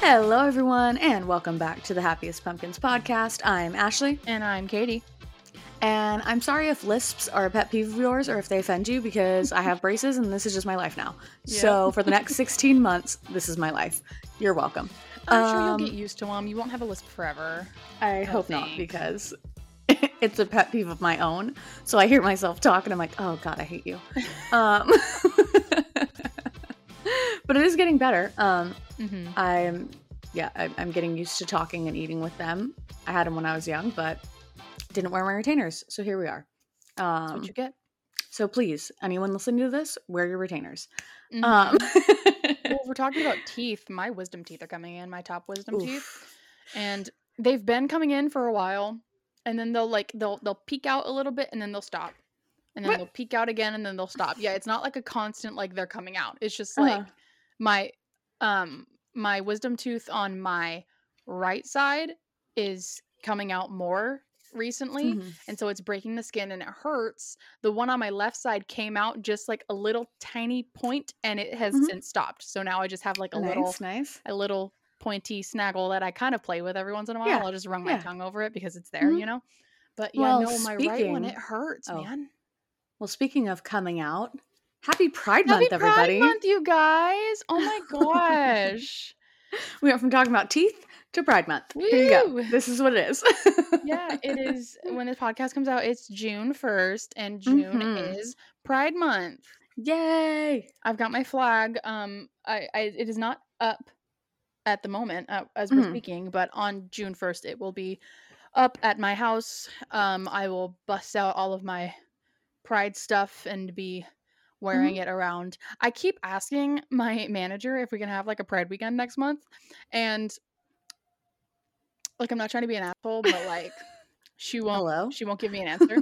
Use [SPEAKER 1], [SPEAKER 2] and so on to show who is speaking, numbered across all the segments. [SPEAKER 1] Hello, everyone, and welcome back to the Happiest Pumpkins podcast. I'm Ashley,
[SPEAKER 2] And I'm Katie.
[SPEAKER 1] and I'm sorry if lisps are a pet peeve of yours or if they offend you because I have braces and this is just my life now. So, for the next 16 months, this is my life. You're welcome.
[SPEAKER 2] I'm sure
[SPEAKER 1] Um,
[SPEAKER 2] you'll get used to them. You won't have a lisp forever.
[SPEAKER 1] I hope not
[SPEAKER 2] think.
[SPEAKER 1] because it's a pet peeve of my own. So I hear myself talk and I'm like, oh God, I hate you. Um, but it is getting better. Um,
[SPEAKER 2] Mm-hmm.
[SPEAKER 1] I'm, yeah, I- I'm getting used to talking and eating with them. I had them when I was young, but didn't wear my retainers. So here we are.
[SPEAKER 2] That's
[SPEAKER 1] Um,
[SPEAKER 2] what you get.
[SPEAKER 1] so please, anyone listening to this, wear your retainers.
[SPEAKER 2] Mhm.
[SPEAKER 1] Um,
[SPEAKER 2] well, we're talking about teeth. My wisdom teeth are coming in, my top wisdom teeth.
[SPEAKER 1] oof.
[SPEAKER 2] And they've been coming in for a while. And then they'll like they'll they'll peek out a little bit and then they'll stop. And then
[SPEAKER 1] What?
[SPEAKER 2] they'll peek out again and then they'll stop. Yeah, it's not like a constant like they're coming out. It's just
[SPEAKER 1] Uh-huh.
[SPEAKER 2] like my um my wisdom tooth on my right side is coming out more recently.
[SPEAKER 1] Mhm.
[SPEAKER 2] and so it's breaking the skin and it hurts. The one on my left side came out just like a little tiny point, and it has
[SPEAKER 1] Mhm.
[SPEAKER 2] since stopped. So now I just have like a
[SPEAKER 1] nice,
[SPEAKER 2] little
[SPEAKER 1] nice.
[SPEAKER 2] a little pointy snaggle that I kind of play with every once in a while.
[SPEAKER 1] Yeah,
[SPEAKER 2] I'll just run my
[SPEAKER 1] yeah.
[SPEAKER 2] tongue over it because it's there,
[SPEAKER 1] Mhm.
[SPEAKER 2] you know. But yeah,
[SPEAKER 1] Well,
[SPEAKER 2] no, my right
[SPEAKER 1] speaking-
[SPEAKER 2] one it hurts,
[SPEAKER 1] oh,
[SPEAKER 2] man.
[SPEAKER 1] Well, speaking of coming out, happy Pride
[SPEAKER 2] Happy
[SPEAKER 1] Month,
[SPEAKER 2] Pride
[SPEAKER 1] everybody.
[SPEAKER 2] Month, you guys! Oh my gosh!
[SPEAKER 1] We went from talking about teeth to Pride Month. Here you go.
[SPEAKER 2] Woo!
[SPEAKER 1] This is what it is.
[SPEAKER 2] yeah, it is. When this podcast comes out, it's June first, and June
[SPEAKER 1] Mhm.
[SPEAKER 2] is Pride Month.
[SPEAKER 1] Yay.
[SPEAKER 2] I've got my flag. Um, I, I it is not up at the moment uh, as we're
[SPEAKER 1] Mhm.
[SPEAKER 2] speaking, but on June first it will be up at my house. Um, I will bust out all of my pride stuff and be wearing it around. I keep asking my manager if we can have like a pride weekend next month, and like I'm not trying to be an asshole, but like she won't.
[SPEAKER 1] Hello?
[SPEAKER 2] She won't give me an answer,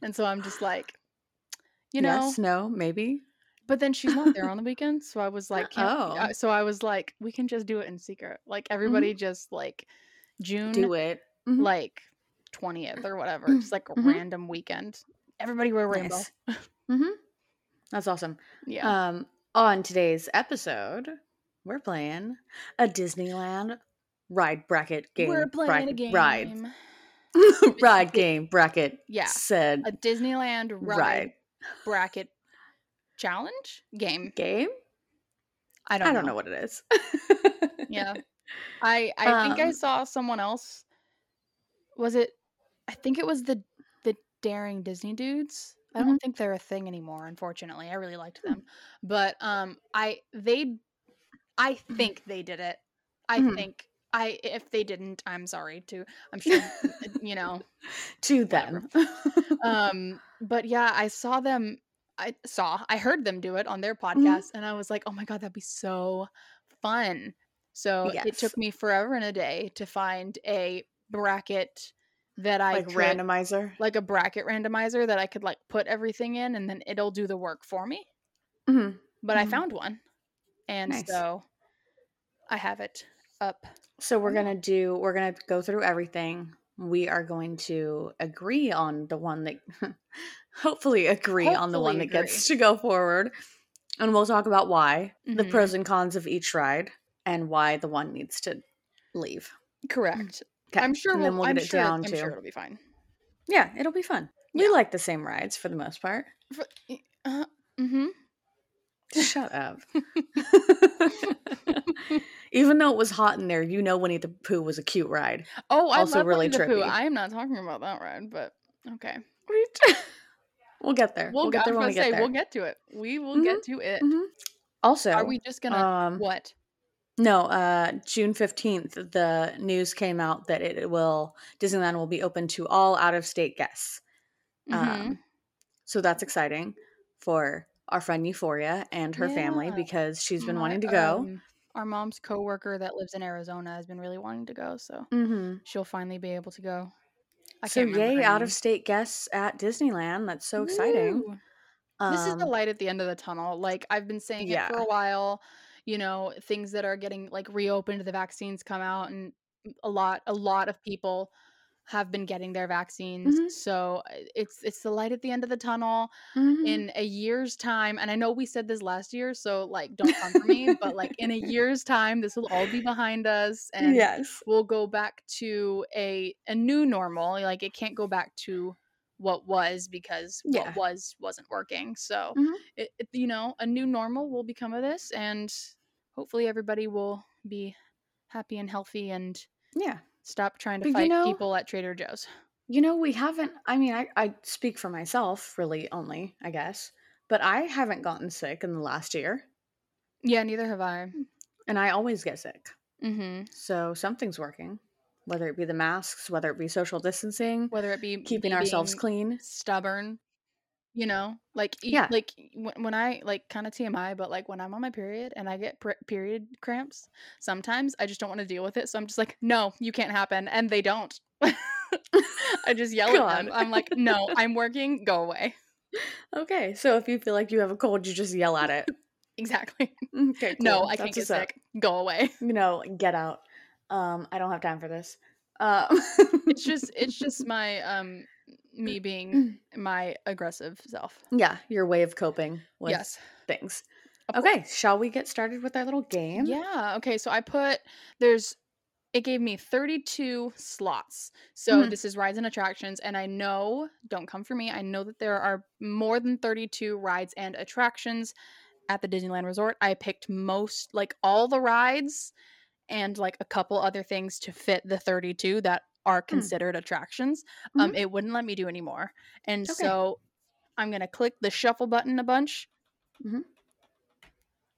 [SPEAKER 2] and so I'm just like, you know,
[SPEAKER 1] yes, no, maybe.
[SPEAKER 2] but then she's not there on the weekend, so I was like, can't,
[SPEAKER 1] Oh. Mm-hmm.
[SPEAKER 2] uh, so I was like, we can just do it in secret. Like everybody just like June,
[SPEAKER 1] Do it. Mhm.
[SPEAKER 2] like twentieth or whatever, just like a
[SPEAKER 1] Mhm.
[SPEAKER 2] random weekend. Everybody wear rainbow.
[SPEAKER 1] Nice. hmm That's awesome.
[SPEAKER 2] Yeah,
[SPEAKER 1] Um, on today's episode, we're playing a Disneyland ride bracket game.
[SPEAKER 2] we're playing
[SPEAKER 1] bracket,
[SPEAKER 2] a game.
[SPEAKER 1] Ride. ride game bracket.
[SPEAKER 2] Yeah.
[SPEAKER 1] Said
[SPEAKER 2] a Disneyland ride,
[SPEAKER 1] ride,
[SPEAKER 2] bracket challenge game.
[SPEAKER 1] game.
[SPEAKER 2] I don't.
[SPEAKER 1] I don't know what it is.
[SPEAKER 2] yeah, I I think I
[SPEAKER 1] Um,
[SPEAKER 2] saw someone else. Was it? I think it was the the daring Disney dudes. I don't think they're a thing anymore, unfortunately. I really liked them, but um, I they, I think they did it. I
[SPEAKER 1] Mhm.
[SPEAKER 2] think I if they didn't, I'm sorry to. I'm sure you know.
[SPEAKER 1] to
[SPEAKER 2] Whatever.
[SPEAKER 1] them.
[SPEAKER 2] Um, but yeah, I saw them. I saw. I heard them do it on their
[SPEAKER 1] Mm-hmm.
[SPEAKER 2] podcast, and I was like, oh my god, that'd be so fun. So it
[SPEAKER 1] Yes.
[SPEAKER 2] took me forever and a day to find a bracket that I
[SPEAKER 1] like
[SPEAKER 2] could-
[SPEAKER 1] randomizer.
[SPEAKER 2] like a bracket randomizer that I could like put everything in, and then it'll do the work for me. Mm-hmm.
[SPEAKER 1] Mhm.
[SPEAKER 2] But I
[SPEAKER 1] Mhm.
[SPEAKER 2] found one, and
[SPEAKER 1] Nice. Mm,
[SPEAKER 2] so I have it up.
[SPEAKER 1] So we're
[SPEAKER 2] Yeah.
[SPEAKER 1] gonna do. We're gonna go through everything. We are going to agree on the one that, hopefully, agree on the one
[SPEAKER 2] Hopefully
[SPEAKER 1] that gets to go forward, and we'll talk about why the
[SPEAKER 2] Mhm.
[SPEAKER 1] pros and cons of each ride and why the one needs to leave.
[SPEAKER 2] Correct.
[SPEAKER 1] 'Kay,
[SPEAKER 2] I'm sure.
[SPEAKER 1] and
[SPEAKER 2] We'll,
[SPEAKER 1] then we'll
[SPEAKER 2] I'm
[SPEAKER 1] get it
[SPEAKER 2] sure,
[SPEAKER 1] down
[SPEAKER 2] I'm
[SPEAKER 1] to.
[SPEAKER 2] sure it'll be fine.
[SPEAKER 1] Yeah, it'll be fun. We
[SPEAKER 2] Yeah.
[SPEAKER 1] like the same rides for the most part.
[SPEAKER 2] Uh, mm-hmm.
[SPEAKER 1] Shut up.
[SPEAKER 2] mm-hmm.
[SPEAKER 1] Even though it was hot in there, you know Winnie the Pooh was a cute ride.
[SPEAKER 2] Oh, I
[SPEAKER 1] also
[SPEAKER 2] love
[SPEAKER 1] really
[SPEAKER 2] really Winnie the Pooh.
[SPEAKER 1] trippy.
[SPEAKER 2] I am not talking about that ride, but okay.
[SPEAKER 1] We'll get there. We'll,
[SPEAKER 2] We'll,
[SPEAKER 1] get
[SPEAKER 2] I
[SPEAKER 1] there
[SPEAKER 2] was
[SPEAKER 1] when
[SPEAKER 2] gonna
[SPEAKER 1] we get
[SPEAKER 2] say
[SPEAKER 1] there.
[SPEAKER 2] we'll get to it. We will
[SPEAKER 1] Mhm,
[SPEAKER 2] get to it.
[SPEAKER 1] mhm. Also,
[SPEAKER 2] Are we just gonna
[SPEAKER 1] um,
[SPEAKER 2] what?
[SPEAKER 1] No, uh, June fifteenth, the news came out that it will Disneyland will be open to all out of state guests.
[SPEAKER 2] Mhm.
[SPEAKER 1] Um, so that's exciting for our friend Euphoria and her family
[SPEAKER 2] Yeah.
[SPEAKER 1] because she's been
[SPEAKER 2] My,
[SPEAKER 1] wanting to go.
[SPEAKER 2] um, our mom's coworker that lives in Arizona has been really wanting to go, so
[SPEAKER 1] mm-hmm.
[SPEAKER 2] she'll finally be able to go. I
[SPEAKER 1] So
[SPEAKER 2] can't remember
[SPEAKER 1] yay,
[SPEAKER 2] her
[SPEAKER 1] out
[SPEAKER 2] name.
[SPEAKER 1] of state guests at Disneyland. That's so exciting.
[SPEAKER 2] Woo. this is the
[SPEAKER 1] Um,
[SPEAKER 2] light at the end of the tunnel. Like I've been saying
[SPEAKER 1] yeah.
[SPEAKER 2] it for a while, you know, things that are getting like reopened, the vaccines come out and a lot a lot of people have been getting their vaccines.
[SPEAKER 1] Mhm.
[SPEAKER 2] So uh, it's it's the light at the end of the tunnel
[SPEAKER 1] Mm-hmm.
[SPEAKER 2] in a year's time. And I know we said this last year, so like don't come for me, but like in a year's time this will all be behind us and
[SPEAKER 1] yes.
[SPEAKER 2] we'll go back to a a new normal. Like it can't go back to what was because
[SPEAKER 1] Yeah.
[SPEAKER 2] what was wasn't working. So
[SPEAKER 1] Mhm.
[SPEAKER 2] it, it- you know, a new normal will become of this, and hopefully everybody will be happy and healthy and
[SPEAKER 1] Yeah.
[SPEAKER 2] stop trying
[SPEAKER 1] But
[SPEAKER 2] to
[SPEAKER 1] you
[SPEAKER 2] fight
[SPEAKER 1] know-
[SPEAKER 2] people at Trader Joe's.
[SPEAKER 1] You know, we haven't, I mean, I, I speak for myself really only, I guess, but I haven't gotten sick in the last year
[SPEAKER 2] Yeah, neither have I.
[SPEAKER 1] and I always get sick.
[SPEAKER 2] hmm
[SPEAKER 1] So something's working, whether it be the masks, whether it be social distancing,
[SPEAKER 2] Whether it be
[SPEAKER 1] keeping
[SPEAKER 2] me
[SPEAKER 1] ourselves
[SPEAKER 2] being
[SPEAKER 1] clean.
[SPEAKER 2] stubborn, you know, like e-
[SPEAKER 1] Yeah.
[SPEAKER 2] like when, when I like kind of TMI, but like when I'm on my period and I get per- period cramps, sometimes I just don't want to deal with it, so I'm just like, no, you can't happen, and they don't. I just yell at
[SPEAKER 1] God.
[SPEAKER 2] them. I'm like, no, I'm working. Go away.
[SPEAKER 1] Okay. So if you feel like you have a cold, you just yell at it.
[SPEAKER 2] Exactly.
[SPEAKER 1] Okay.
[SPEAKER 2] No,
[SPEAKER 1] cool,
[SPEAKER 2] I can't
[SPEAKER 1] that's what's
[SPEAKER 2] get
[SPEAKER 1] up.
[SPEAKER 2] sick. Go away.
[SPEAKER 1] You know, get out. Um, I don't have time for this. Um,
[SPEAKER 2] It's just it's just my um me being my aggressive self.
[SPEAKER 1] yeah, your way of coping with
[SPEAKER 2] yes.
[SPEAKER 1] things.
[SPEAKER 2] Of course.
[SPEAKER 1] Okay, shall we get started with our little game?
[SPEAKER 2] Yeah. Okay. So I put there's it gave me 32 slots. So
[SPEAKER 1] Mhm.
[SPEAKER 2] this is rides and attractions. And I know, don't come for me, I know that there are more than 32 rides and attractions at the Disneyland Resort. I picked most, like all the rides and like a couple other things to fit the 32 that are
[SPEAKER 1] Mm.
[SPEAKER 2] considered attractions. Um, it wouldn't let me do anymore. And
[SPEAKER 1] Mm-hmm. Okay.
[SPEAKER 2] so I'm going to click the shuffle button a bunch.
[SPEAKER 1] Mhm.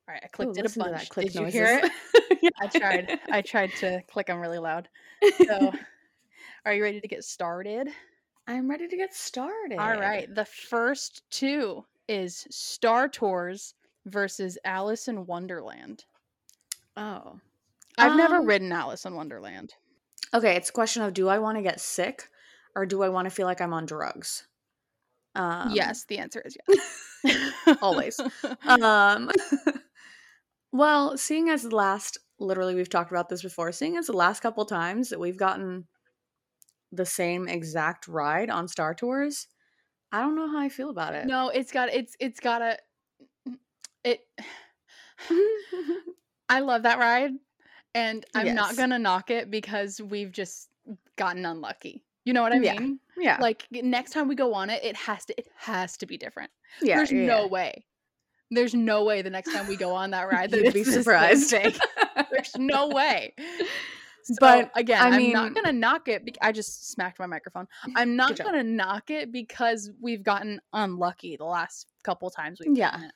[SPEAKER 2] All right, I
[SPEAKER 1] Ooh,
[SPEAKER 2] clicked it a
[SPEAKER 1] listen to that
[SPEAKER 2] bunch.
[SPEAKER 1] click
[SPEAKER 2] Did you hear it?
[SPEAKER 1] noises.
[SPEAKER 2] I tried. I tried to click them really loud. So, are you ready to get started?
[SPEAKER 1] I'm ready to get started.
[SPEAKER 2] All right. The first two is Star Tours versus Alice in Wonderland.
[SPEAKER 1] Oh.
[SPEAKER 2] I've never
[SPEAKER 1] Um,
[SPEAKER 2] ridden Alice in Wonderland.
[SPEAKER 1] Okay, it's a question of do I want to get sick or do I want to feel like I'm on drugs? Um,
[SPEAKER 2] yes, the answer is yes.
[SPEAKER 1] Always. Um, well, seeing as the last, literally, we've talked about this before, seeing as the last couple times that we've gotten the same exact ride on Star Tours, I don't know how I feel about it.
[SPEAKER 2] No, it's got it's it's got a it I love that ride and I'm not
[SPEAKER 1] Yes.
[SPEAKER 2] going to knock it because we've just gotten unlucky. You know what I
[SPEAKER 1] Yeah.
[SPEAKER 2] mean?
[SPEAKER 1] yeah.
[SPEAKER 2] like g- next time we go on it it has to it has to be different
[SPEAKER 1] yeah.
[SPEAKER 2] there's
[SPEAKER 1] yeah,
[SPEAKER 2] no
[SPEAKER 1] yeah.
[SPEAKER 2] way there's no way the next time we go on that ride that
[SPEAKER 1] You'd
[SPEAKER 2] it's
[SPEAKER 1] be
[SPEAKER 2] this damn
[SPEAKER 1] surprised.
[SPEAKER 2] big. there's no way
[SPEAKER 1] But,
[SPEAKER 2] but again
[SPEAKER 1] I
[SPEAKER 2] I am
[SPEAKER 1] mean-
[SPEAKER 2] not gonna knock it bec i just smacked my microphone i'm not
[SPEAKER 1] Good job.
[SPEAKER 2] gonna knock it because we've gotten unlucky the last couple times we've
[SPEAKER 1] Yeah.
[SPEAKER 2] done it.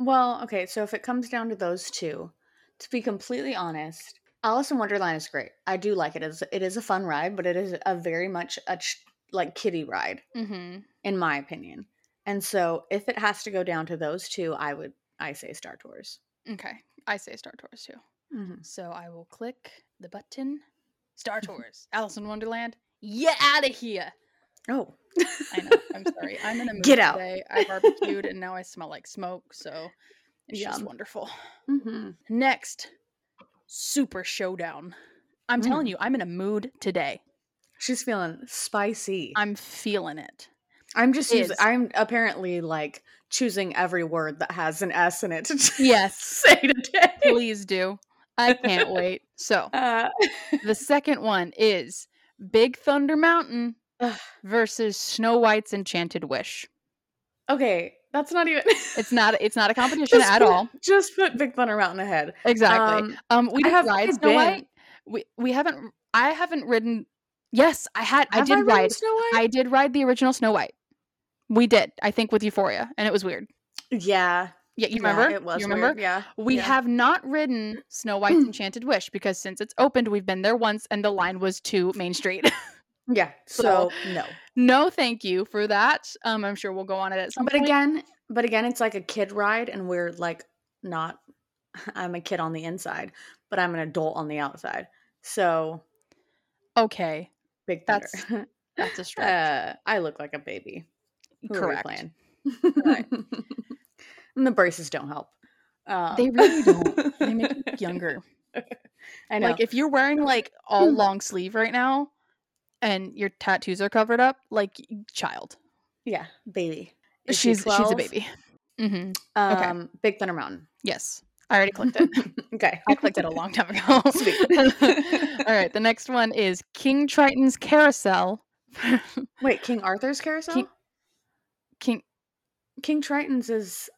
[SPEAKER 1] Well, okay, so if it comes down to those two, to be completely honest, Alice in Wonderland is great. I do like it. It's, it is a fun ride, but it is a very much a ch- like kiddie ride,
[SPEAKER 2] Mhm.
[SPEAKER 1] in my opinion. And so, if it has to go down to those two, I would I say Star Tours.
[SPEAKER 2] okay i say star tours too so i will click the button star tours alice in wonderland yeah out of here
[SPEAKER 1] Oh,
[SPEAKER 2] I know. I'm sorry. I'm in a mood
[SPEAKER 1] Get out.
[SPEAKER 2] today. I barbecued and now I smell like smoke, so it's just
[SPEAKER 1] Yum.
[SPEAKER 2] wonderful.
[SPEAKER 1] hmm
[SPEAKER 2] Next, Super Showdown. I'm telling
[SPEAKER 1] Mm.
[SPEAKER 2] you, I'm in a mood today.
[SPEAKER 1] she's feeling spicy. I'm,
[SPEAKER 2] I'm feeling it.
[SPEAKER 1] just
[SPEAKER 2] is.
[SPEAKER 1] using, I'm apparently like choosing every word that has an S in it to just
[SPEAKER 2] Yes,
[SPEAKER 1] say today.
[SPEAKER 2] please do. I can't wait. So,
[SPEAKER 1] Uh,
[SPEAKER 2] the second one is Big Thunder Mountain
[SPEAKER 1] Ugh.
[SPEAKER 2] versus Snow White's Enchanted Wish.
[SPEAKER 1] okay, that's not even.
[SPEAKER 2] It's not it's not a competition
[SPEAKER 1] Just
[SPEAKER 2] at
[SPEAKER 1] put-
[SPEAKER 2] all.
[SPEAKER 1] Just put Big Thunder Mountain ahead.
[SPEAKER 2] Exactly.
[SPEAKER 1] Um,
[SPEAKER 2] Um, we
[SPEAKER 1] I
[SPEAKER 2] didn't
[SPEAKER 1] have-
[SPEAKER 2] ride
[SPEAKER 1] I've
[SPEAKER 2] Snow
[SPEAKER 1] been.
[SPEAKER 2] White. We we haven't. I haven't ridden. Yes, I had. I
[SPEAKER 1] have
[SPEAKER 2] did
[SPEAKER 1] ridden
[SPEAKER 2] ride.
[SPEAKER 1] Snow White?
[SPEAKER 2] I did ride the original Snow White. We did. I think with Euphoria, and it was weird.
[SPEAKER 1] yeah.
[SPEAKER 2] Yeah, you
[SPEAKER 1] yeah,
[SPEAKER 2] remember?
[SPEAKER 1] it was.
[SPEAKER 2] You remember?
[SPEAKER 1] weird, Yeah.
[SPEAKER 2] We
[SPEAKER 1] yeah.
[SPEAKER 2] have not ridden Snow White's Enchanted Wish because since it's opened, we've been there once, and the line was to Main Street.
[SPEAKER 1] Yeah. So,
[SPEAKER 2] so-
[SPEAKER 1] no.
[SPEAKER 2] no, thank you for that. Um, I'm sure we'll go on it at some
[SPEAKER 1] But
[SPEAKER 2] point.
[SPEAKER 1] again, but again, it's like a kid ride, and we're like not. I'm a kid on the inside, but I'm an adult on the outside. So
[SPEAKER 2] okay,
[SPEAKER 1] Big Thunder.
[SPEAKER 2] That's that's a stretch.
[SPEAKER 1] uh, I look like a baby. Who are we
[SPEAKER 2] Correct.
[SPEAKER 1] playing?
[SPEAKER 2] Correct.
[SPEAKER 1] and the braces don't help. Um,
[SPEAKER 2] They really
[SPEAKER 1] Uh,
[SPEAKER 2] don't. They make you younger.
[SPEAKER 1] I know. Mm.
[SPEAKER 2] Like if you're wearing like all long sleeve right now, and your tattoos are covered up, like y- child. eh,
[SPEAKER 1] Yeah, baby. Is she
[SPEAKER 2] she's she's a
[SPEAKER 1] 12?
[SPEAKER 2] baby. hmm okay.
[SPEAKER 1] Um, Big Thunder Mountain.
[SPEAKER 2] Yes, I already clicked it.
[SPEAKER 1] okay.
[SPEAKER 2] I clicked it a long time ago.
[SPEAKER 1] Sweet.
[SPEAKER 2] All right, the next one is King Triton's Carousel.
[SPEAKER 1] Wait, King Arthur's Carousel?
[SPEAKER 2] King-
[SPEAKER 1] King,
[SPEAKER 2] King,
[SPEAKER 1] Triton's is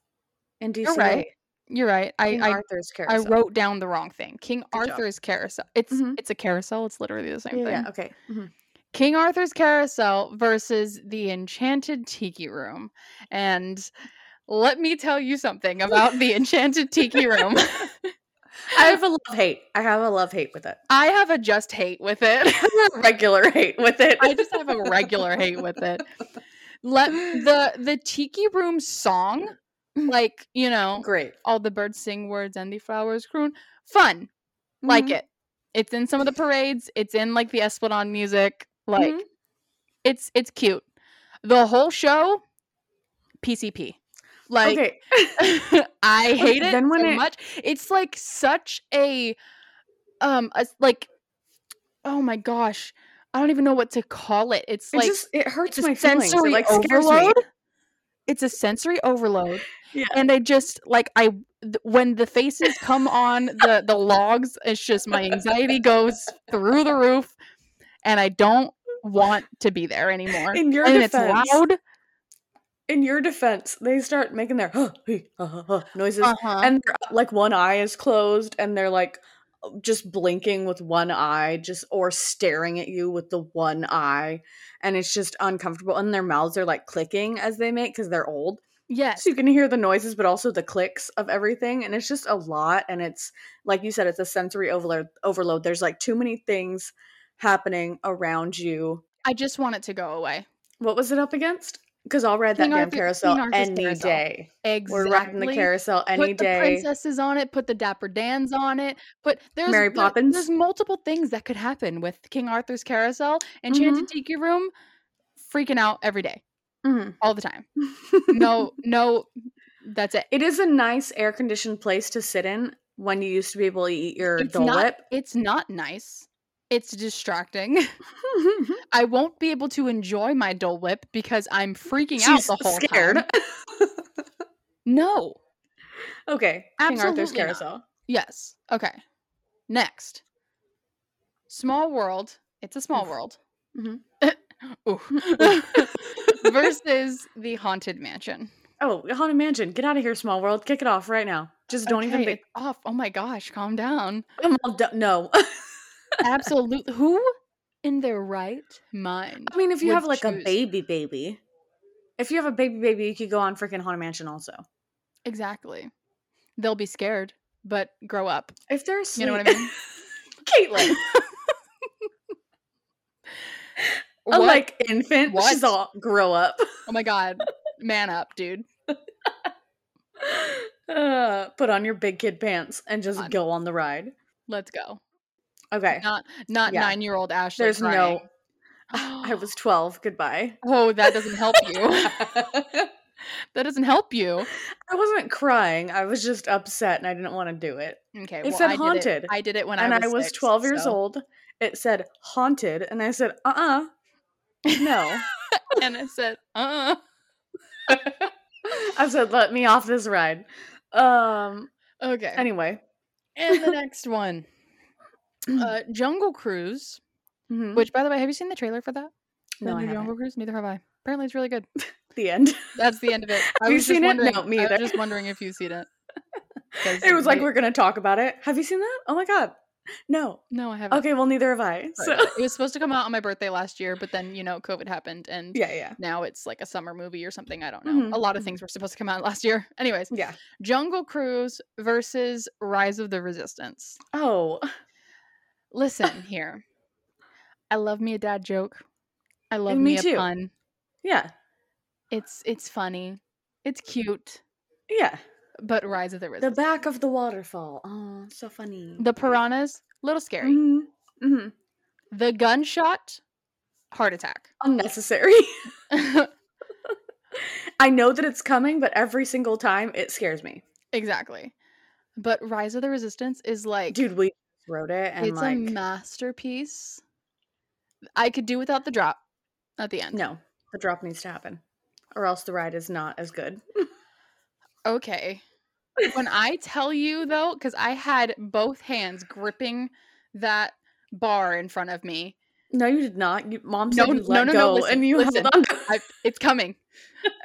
[SPEAKER 1] in DC.
[SPEAKER 2] you're right. You're right.
[SPEAKER 1] King
[SPEAKER 2] I
[SPEAKER 1] Arthur's
[SPEAKER 2] I, I
[SPEAKER 1] Carousel.
[SPEAKER 2] wrote down the wrong thing. King
[SPEAKER 1] Good job.
[SPEAKER 2] Arthur's Carousel. It's
[SPEAKER 1] Mhm.
[SPEAKER 2] it's a carousel. It's literally the same
[SPEAKER 1] Yeah,
[SPEAKER 2] thing.
[SPEAKER 1] yeah, okay. Mhm.
[SPEAKER 2] King Arthur's Carousel versus the Enchanted Tiki Room. And let me tell you something about the Enchanted Tiki Room.
[SPEAKER 1] I have a love hate. I have a love hate with it.
[SPEAKER 2] I have a just hate with it.
[SPEAKER 1] Regular hate with it.
[SPEAKER 2] I just have a regular hate with it. Let the the Tiki Room song, like, you know,
[SPEAKER 1] Great.
[SPEAKER 2] all the birds sing words and the flowers croon. Fun. Like
[SPEAKER 1] Mhm.
[SPEAKER 2] it. It's in some of the parades. It's in like the Esplanade music. Like
[SPEAKER 1] Mhm.
[SPEAKER 2] it's it's cute. The whole show, PCP. Like
[SPEAKER 1] okay.
[SPEAKER 2] I hate it
[SPEAKER 1] then when
[SPEAKER 2] so
[SPEAKER 1] it-
[SPEAKER 2] much. It's like such a um a, like oh my gosh. I don't even know what to call it. It's
[SPEAKER 1] It
[SPEAKER 2] like
[SPEAKER 1] just it hurts
[SPEAKER 2] it's a
[SPEAKER 1] my feelings. It
[SPEAKER 2] sensory
[SPEAKER 1] like scares me.
[SPEAKER 2] overload. It's a sensory overload.
[SPEAKER 1] Yeah.
[SPEAKER 2] And I just like I th- when the faces come on the the logs, it's just my anxiety goes through the roof and I don't want to be there anymore.
[SPEAKER 1] In your
[SPEAKER 2] and
[SPEAKER 1] defense,
[SPEAKER 2] it's loud.
[SPEAKER 1] in your defense, they start making their hey, uh, uh, uh, noises,
[SPEAKER 2] Uh-huh.
[SPEAKER 1] and they're, like one eye is closed, and they're like just blinking with one eye, just or staring at you with the one eye, and it's just uncomfortable. And their mouths are like clicking as they make because they're old,
[SPEAKER 2] yes.
[SPEAKER 1] so you can hear the noises, but also the clicks of everything, and it's just a lot. And it's like you said, it's a sensory overload. Overload. There's like too many things happening around you.
[SPEAKER 2] I just want it to go away.
[SPEAKER 1] What was it up against? Because I'll ride
[SPEAKER 2] King
[SPEAKER 1] that damn
[SPEAKER 2] Arthur-
[SPEAKER 1] carousel
[SPEAKER 2] King Arthur's
[SPEAKER 1] any
[SPEAKER 2] carousel.
[SPEAKER 1] day.
[SPEAKER 2] Exactly.
[SPEAKER 1] We're rocking the carousel
[SPEAKER 2] Put
[SPEAKER 1] any
[SPEAKER 2] the
[SPEAKER 1] day.
[SPEAKER 2] princesses on it. Put the Dapper Dans on it. Put there's
[SPEAKER 1] Mary
[SPEAKER 2] there-
[SPEAKER 1] Poppins.
[SPEAKER 2] there's multiple things that could happen with King Arthur's carousel,
[SPEAKER 1] Mm-hmm.
[SPEAKER 2] Enchanted Tiki Room, freaking out every day,
[SPEAKER 1] Mhm.
[SPEAKER 2] all the time.
[SPEAKER 1] Mm-hmm.
[SPEAKER 2] No, no, that's it.
[SPEAKER 1] it is a nice air conditioned place to sit in when you used to be able to eat your
[SPEAKER 2] It's
[SPEAKER 1] Dole
[SPEAKER 2] not.
[SPEAKER 1] Whip.
[SPEAKER 2] It's not nice. It's distracting. I won't be able to enjoy my Dole Whip because I'm freaking
[SPEAKER 1] She's
[SPEAKER 2] out the whole
[SPEAKER 1] scared.
[SPEAKER 2] time. No.
[SPEAKER 1] okay. King Arthur's
[SPEAKER 2] Absolutely not.
[SPEAKER 1] Carousel.
[SPEAKER 2] Yes. Okay. Next. Small World. It's a small
[SPEAKER 1] Oof.
[SPEAKER 2] world.
[SPEAKER 1] Mhm.
[SPEAKER 2] Oof. Versus the Haunted Mansion.
[SPEAKER 1] Oh, Haunted Mansion. Get out of here, small world. Kick it off right now. Just don't even
[SPEAKER 2] Okay,
[SPEAKER 1] think.
[SPEAKER 2] it's off. Oh my gosh, calm down.
[SPEAKER 1] I'm all do- no.
[SPEAKER 2] Absolutely. Who in their right mind?
[SPEAKER 1] I mean, if you
[SPEAKER 2] would
[SPEAKER 1] have like a
[SPEAKER 2] choose-
[SPEAKER 1] baby baby, if you have a baby baby, you could go on freaking Haunted Mansion also.
[SPEAKER 2] Exactly. They'll be scared, but grow up.
[SPEAKER 1] If they're asleep,
[SPEAKER 2] You know what I mean?
[SPEAKER 1] Caitlin, a,
[SPEAKER 2] What?
[SPEAKER 1] like infant, she's
[SPEAKER 2] What?
[SPEAKER 1] all grow up.
[SPEAKER 2] oh my god. Man up, dude.
[SPEAKER 1] uh, put on your big kid pants and just
[SPEAKER 2] God.
[SPEAKER 1] go on the ride.
[SPEAKER 2] Let's go.
[SPEAKER 1] Okay.
[SPEAKER 2] Not not
[SPEAKER 1] Yeah.
[SPEAKER 2] nine year old Ashley.
[SPEAKER 1] There's
[SPEAKER 2] crying.
[SPEAKER 1] no. I was 12. Goodbye.
[SPEAKER 2] Oh, that doesn't help you.
[SPEAKER 1] I
[SPEAKER 2] that doesn't help you.
[SPEAKER 1] wasn't crying. I was just upset and I didn't want to do it.
[SPEAKER 2] Okay,
[SPEAKER 1] It said
[SPEAKER 2] I Did
[SPEAKER 1] haunted,
[SPEAKER 2] it, I did it when
[SPEAKER 1] and
[SPEAKER 2] I was, six,
[SPEAKER 1] 12 years
[SPEAKER 2] so-
[SPEAKER 1] old. It said haunted, and I said, uh uh No.
[SPEAKER 2] and it said, "Uh."
[SPEAKER 1] I said, let me off this ride. Um.
[SPEAKER 2] Okay.
[SPEAKER 1] Anyway.
[SPEAKER 2] and the next one, uh, Jungle Cruise.
[SPEAKER 1] Mhm.
[SPEAKER 2] Which, by the way, have you seen the trailer for that? The
[SPEAKER 1] No, I
[SPEAKER 2] new
[SPEAKER 1] haven't.
[SPEAKER 2] Jungle Cruise. Neither have I. Apparently, it's really good.
[SPEAKER 1] the end.
[SPEAKER 2] That's the end of it. I
[SPEAKER 1] you
[SPEAKER 2] was just
[SPEAKER 1] seen it?
[SPEAKER 2] wondering-
[SPEAKER 1] No, me
[SPEAKER 2] I was
[SPEAKER 1] either.
[SPEAKER 2] just wondering if you've seen it. 'Cause
[SPEAKER 1] It was like
[SPEAKER 2] we-
[SPEAKER 1] we're gonna talk about it. Have you seen that? Oh my god. No.
[SPEAKER 2] no, I haven't.
[SPEAKER 1] Okay. Well, neither have I.
[SPEAKER 2] heard
[SPEAKER 1] So
[SPEAKER 2] about it. it was supposed to come out on my birthday last year, but then you know COVID happened, and
[SPEAKER 1] yeah, yeah,
[SPEAKER 2] now it's like a summer movie or something. I don't know.
[SPEAKER 1] Mhm,
[SPEAKER 2] A lot of
[SPEAKER 1] mhm.
[SPEAKER 2] things were supposed to come out last year. Anyways,
[SPEAKER 1] yeah.
[SPEAKER 2] Jungle Cruise versus Rise of the Resistance.
[SPEAKER 1] Oh,
[SPEAKER 2] Listen here. I love me a dad joke. I love
[SPEAKER 1] me
[SPEAKER 2] me, a
[SPEAKER 1] too.
[SPEAKER 2] pun.
[SPEAKER 1] yeah,
[SPEAKER 2] It's it's funny. It's cute.
[SPEAKER 1] yeah.
[SPEAKER 2] But Rise of the
[SPEAKER 1] The
[SPEAKER 2] Resistance.
[SPEAKER 1] back of the waterfall. Oh, so funny.
[SPEAKER 2] The piranhas, little scary.
[SPEAKER 1] hmm hmm
[SPEAKER 2] The gunshot, heart attack.
[SPEAKER 1] unnecessary. I know that it's coming, but every single time it scares me.
[SPEAKER 2] exactly. But Rise of the Resistance is like
[SPEAKER 1] Dude, we wrote it and
[SPEAKER 2] it's
[SPEAKER 1] like
[SPEAKER 2] a masterpiece. I could do without the drop at the end.
[SPEAKER 1] No, the drop needs to happen, or else the ride is not as good.
[SPEAKER 2] Okay. when I tell you though, because I had both hands gripping that bar in front of me.
[SPEAKER 1] No, you did not. You, Mom
[SPEAKER 2] No,
[SPEAKER 1] said you
[SPEAKER 2] no,
[SPEAKER 1] let
[SPEAKER 2] no, no,
[SPEAKER 1] go
[SPEAKER 2] listen,
[SPEAKER 1] and you
[SPEAKER 2] listen.
[SPEAKER 1] held on. to-
[SPEAKER 2] I, it's coming.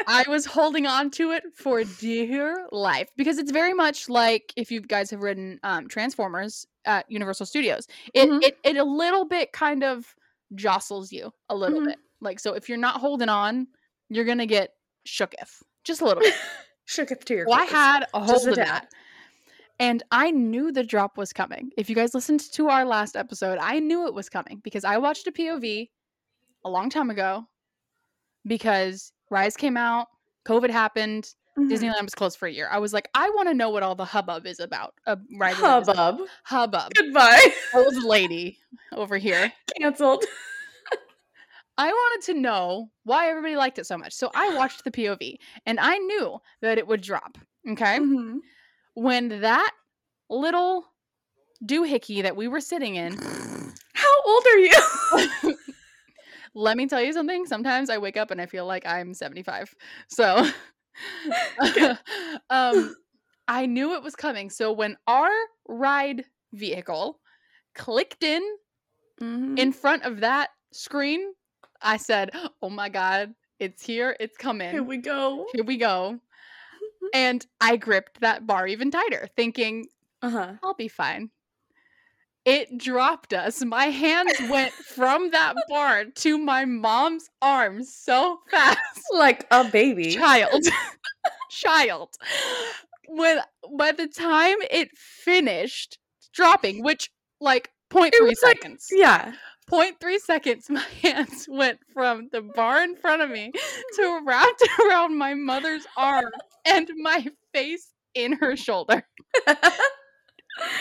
[SPEAKER 2] I was holding on to it for dear life because it's very much like if you guys have ridden um, Transformers at Universal Studios. It,
[SPEAKER 1] Mhm.
[SPEAKER 2] it it a little bit kind of jostles you a little
[SPEAKER 1] Mhm.
[SPEAKER 2] bit. Like so, if you're not holding on, you're gonna get shooketh just a little bit.
[SPEAKER 1] Shook it to your.
[SPEAKER 2] Well, I
[SPEAKER 1] face.
[SPEAKER 2] had a
[SPEAKER 1] Just
[SPEAKER 2] hold
[SPEAKER 1] a
[SPEAKER 2] of
[SPEAKER 1] dab.
[SPEAKER 2] that. And I knew the drop was coming. If you guys listened to our last episode, I knew it was coming because I watched a POV a long time ago because Rise came out, COVID happened,
[SPEAKER 1] Mhm.
[SPEAKER 2] Disneyland was closed for a year. I was like, I want to know what all the hubbub is about. Uh, Rise is about.
[SPEAKER 1] hubbub.
[SPEAKER 2] Hubbub.
[SPEAKER 1] Goodbye.
[SPEAKER 2] Old lady over here.
[SPEAKER 1] Cancelled.
[SPEAKER 2] I wanted to know why everybody liked it so much. So I watched the POV and I knew that it would drop. Okay.
[SPEAKER 1] Mhm.
[SPEAKER 2] when that little doohickey that we were sitting in,
[SPEAKER 1] How old are you?
[SPEAKER 2] let me tell you something. Sometimes I wake up and I feel like I'm 75. So um I knew it was coming. So when our ride vehicle clicked in in
[SPEAKER 1] Mm-hmm.
[SPEAKER 2] front of that screen, I said, "Oh my god, it's here. It's coming."
[SPEAKER 1] Here we go.
[SPEAKER 2] Here we go. And I gripped that bar even tighter, thinking,
[SPEAKER 1] Uh huh.
[SPEAKER 2] I'll be fine. It dropped us. My hands went from that bar to my mom's arms so fast.
[SPEAKER 1] Like a baby.
[SPEAKER 2] Child. Child. When by the time it finished dropping, which like 0.3
[SPEAKER 1] was like-
[SPEAKER 2] seconds.
[SPEAKER 1] Yeah.
[SPEAKER 2] 0.3 seconds, my hands went from the bar in front of me to wrapped around my mother's arm and my face in her shoulder.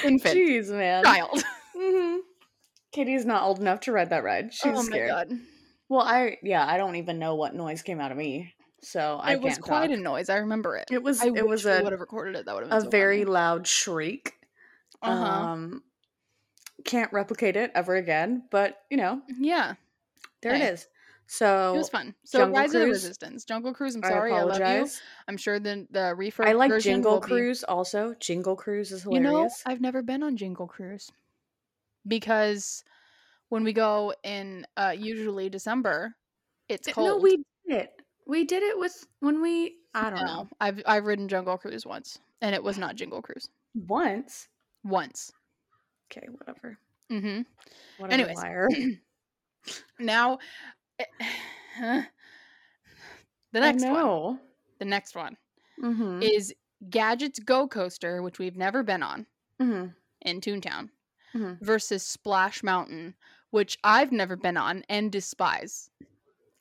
[SPEAKER 2] Infant.
[SPEAKER 1] Jeez, man.
[SPEAKER 2] Child.
[SPEAKER 1] hmm Katie's not old enough to ride that ride. She's
[SPEAKER 2] oh
[SPEAKER 1] scared.
[SPEAKER 2] my god.
[SPEAKER 1] Well, I yeah, I don't even know what noise came out of me, so I
[SPEAKER 2] it was
[SPEAKER 1] can't
[SPEAKER 2] quite
[SPEAKER 1] talk.
[SPEAKER 2] a noise. I remember it.
[SPEAKER 1] it was
[SPEAKER 2] I
[SPEAKER 1] it was
[SPEAKER 2] would
[SPEAKER 1] a
[SPEAKER 2] have recorded it. That would have been
[SPEAKER 1] a
[SPEAKER 2] so
[SPEAKER 1] very
[SPEAKER 2] funny.
[SPEAKER 1] loud shriek.
[SPEAKER 2] uh-huh.
[SPEAKER 1] Um, can't replicate it ever again, but you know
[SPEAKER 2] yeah.
[SPEAKER 1] there
[SPEAKER 2] Hey.
[SPEAKER 1] it is. So
[SPEAKER 2] It was fun. So
[SPEAKER 1] Jungle
[SPEAKER 2] Rise of the
[SPEAKER 1] Cruise.
[SPEAKER 2] Resistance, Jungle Cruise. I'm
[SPEAKER 1] I
[SPEAKER 2] sorry, I, love you.
[SPEAKER 1] apologize.
[SPEAKER 2] I'm sure the the reefer.
[SPEAKER 1] I, like
[SPEAKER 2] version
[SPEAKER 1] Jingle
[SPEAKER 2] will be-
[SPEAKER 1] Cruise also. Jingle Cruise is
[SPEAKER 2] You
[SPEAKER 1] hilarious.
[SPEAKER 2] know, I've never been on Jingle Cruise because when we go in uh usually December, it's
[SPEAKER 1] Th-
[SPEAKER 2] cold.
[SPEAKER 1] No, we did it. We did it with when we. I don't know.
[SPEAKER 2] No, I've I've ridden Jungle Cruise once, and it was not Jingle Cruise
[SPEAKER 1] Once.
[SPEAKER 2] once.
[SPEAKER 1] Okay, whatever.
[SPEAKER 2] Mm-hmm.
[SPEAKER 1] What a
[SPEAKER 2] Anyways.
[SPEAKER 1] liar.
[SPEAKER 2] Now, the next one,
[SPEAKER 1] no.
[SPEAKER 2] the next one.
[SPEAKER 1] Mm-hmm.
[SPEAKER 2] is Gadget's Go Coaster, which we've never been on
[SPEAKER 1] mm-hmm.
[SPEAKER 2] in Toontown,
[SPEAKER 1] Mhm.
[SPEAKER 2] versus Splash Mountain, which I've never been on and despise.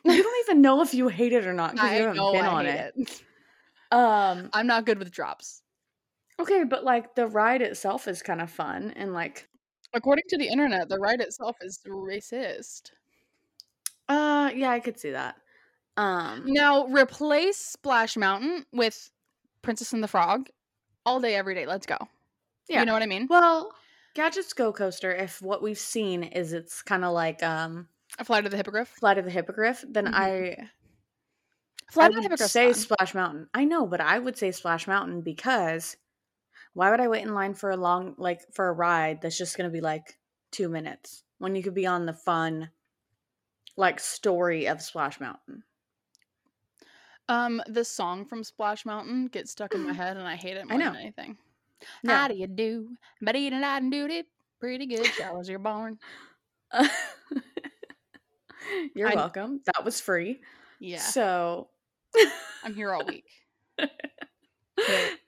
[SPEAKER 1] You don't even know if you hate it or not because
[SPEAKER 2] I
[SPEAKER 1] you haven't
[SPEAKER 2] know
[SPEAKER 1] been
[SPEAKER 2] I
[SPEAKER 1] on
[SPEAKER 2] hate
[SPEAKER 1] it.
[SPEAKER 2] it.
[SPEAKER 1] Um.
[SPEAKER 2] I'm not good with drops.
[SPEAKER 1] Okay, but like the ride itself is kind of fun and like.
[SPEAKER 2] According to the internet, the ride itself is racist.
[SPEAKER 1] Uh. Yeah, I could see that. Um.
[SPEAKER 2] Now replace Splash Mountain with Princess and the Frog all day, every day. Let's go.
[SPEAKER 1] Yeah.
[SPEAKER 2] You know what I mean?
[SPEAKER 1] Well, Gadget's Go Coaster. If what we've seen is it's kind of like um
[SPEAKER 2] A Flight of the Hippogriff.
[SPEAKER 1] Flight of the Hippogriff, then
[SPEAKER 2] Mhm.
[SPEAKER 1] I
[SPEAKER 2] Flight
[SPEAKER 1] I
[SPEAKER 2] of the
[SPEAKER 1] would
[SPEAKER 2] Hippogriff.
[SPEAKER 1] say Splash Mountain. I know, but I would say Splash Mountain because why would I wait in line for a long like for a ride that's just going to be like 2 minutes when you could be on the fun like story of Splash Mountain.
[SPEAKER 2] Um, the song from Splash Mountain gets stuck in my head, and I hate it more than
[SPEAKER 1] know.
[SPEAKER 2] anything.
[SPEAKER 1] No.
[SPEAKER 2] How do you do? Betty and I do it pretty good. Showers you're born.
[SPEAKER 1] You're
[SPEAKER 2] I-
[SPEAKER 1] welcome. That was free.
[SPEAKER 2] Yeah,
[SPEAKER 1] So
[SPEAKER 2] I'm here all week.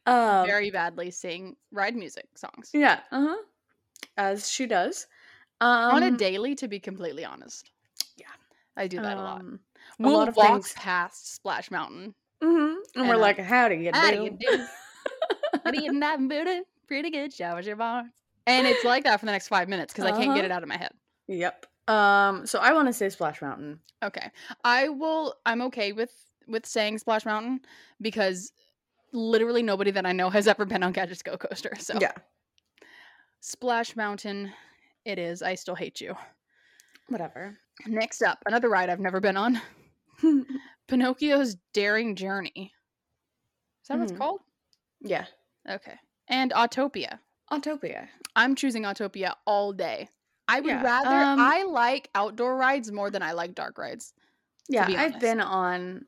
[SPEAKER 1] um
[SPEAKER 2] Very badly sing ride music songs
[SPEAKER 1] yeah, uh-huh. As she does. Um
[SPEAKER 2] on a daily. To be completely honest,
[SPEAKER 1] Yeah.
[SPEAKER 2] I do that a lot.
[SPEAKER 1] um,
[SPEAKER 2] We'll
[SPEAKER 1] lot of
[SPEAKER 2] walk
[SPEAKER 1] things-
[SPEAKER 2] past Splash Mountain.
[SPEAKER 1] mhm, And
[SPEAKER 2] And,
[SPEAKER 1] we're
[SPEAKER 2] um,
[SPEAKER 1] like, how do you
[SPEAKER 2] How do
[SPEAKER 1] do?
[SPEAKER 2] you do? Betty and I do it pretty good. Showers you're born. And it's like that for the next five minutes because I can't
[SPEAKER 1] Uh-huh.
[SPEAKER 2] get it out of my head.
[SPEAKER 1] Yep. Um. So I want to say Splash Mountain.
[SPEAKER 2] Okay. I will I'm okay with with saying Splash Mountain because literally nobody that I know has ever been on Gadget's Go Coaster. So
[SPEAKER 1] Yeah.
[SPEAKER 2] Splash Mountain it is. I still hate you.
[SPEAKER 1] Whatever.
[SPEAKER 2] Next up, another ride I've never been on Pinocchio's Daring Journey. Is that what
[SPEAKER 1] Mhm.
[SPEAKER 2] it's called?
[SPEAKER 1] yeah.
[SPEAKER 2] Okay. And Autopia.
[SPEAKER 1] Autopia.
[SPEAKER 2] I'm choosing Autopia all day. I would
[SPEAKER 1] Yeah,
[SPEAKER 2] rather,
[SPEAKER 1] um,
[SPEAKER 2] I like outdoor rides more than I like dark rides.
[SPEAKER 1] Yeah,
[SPEAKER 2] be
[SPEAKER 1] I've
[SPEAKER 2] honest.
[SPEAKER 1] been on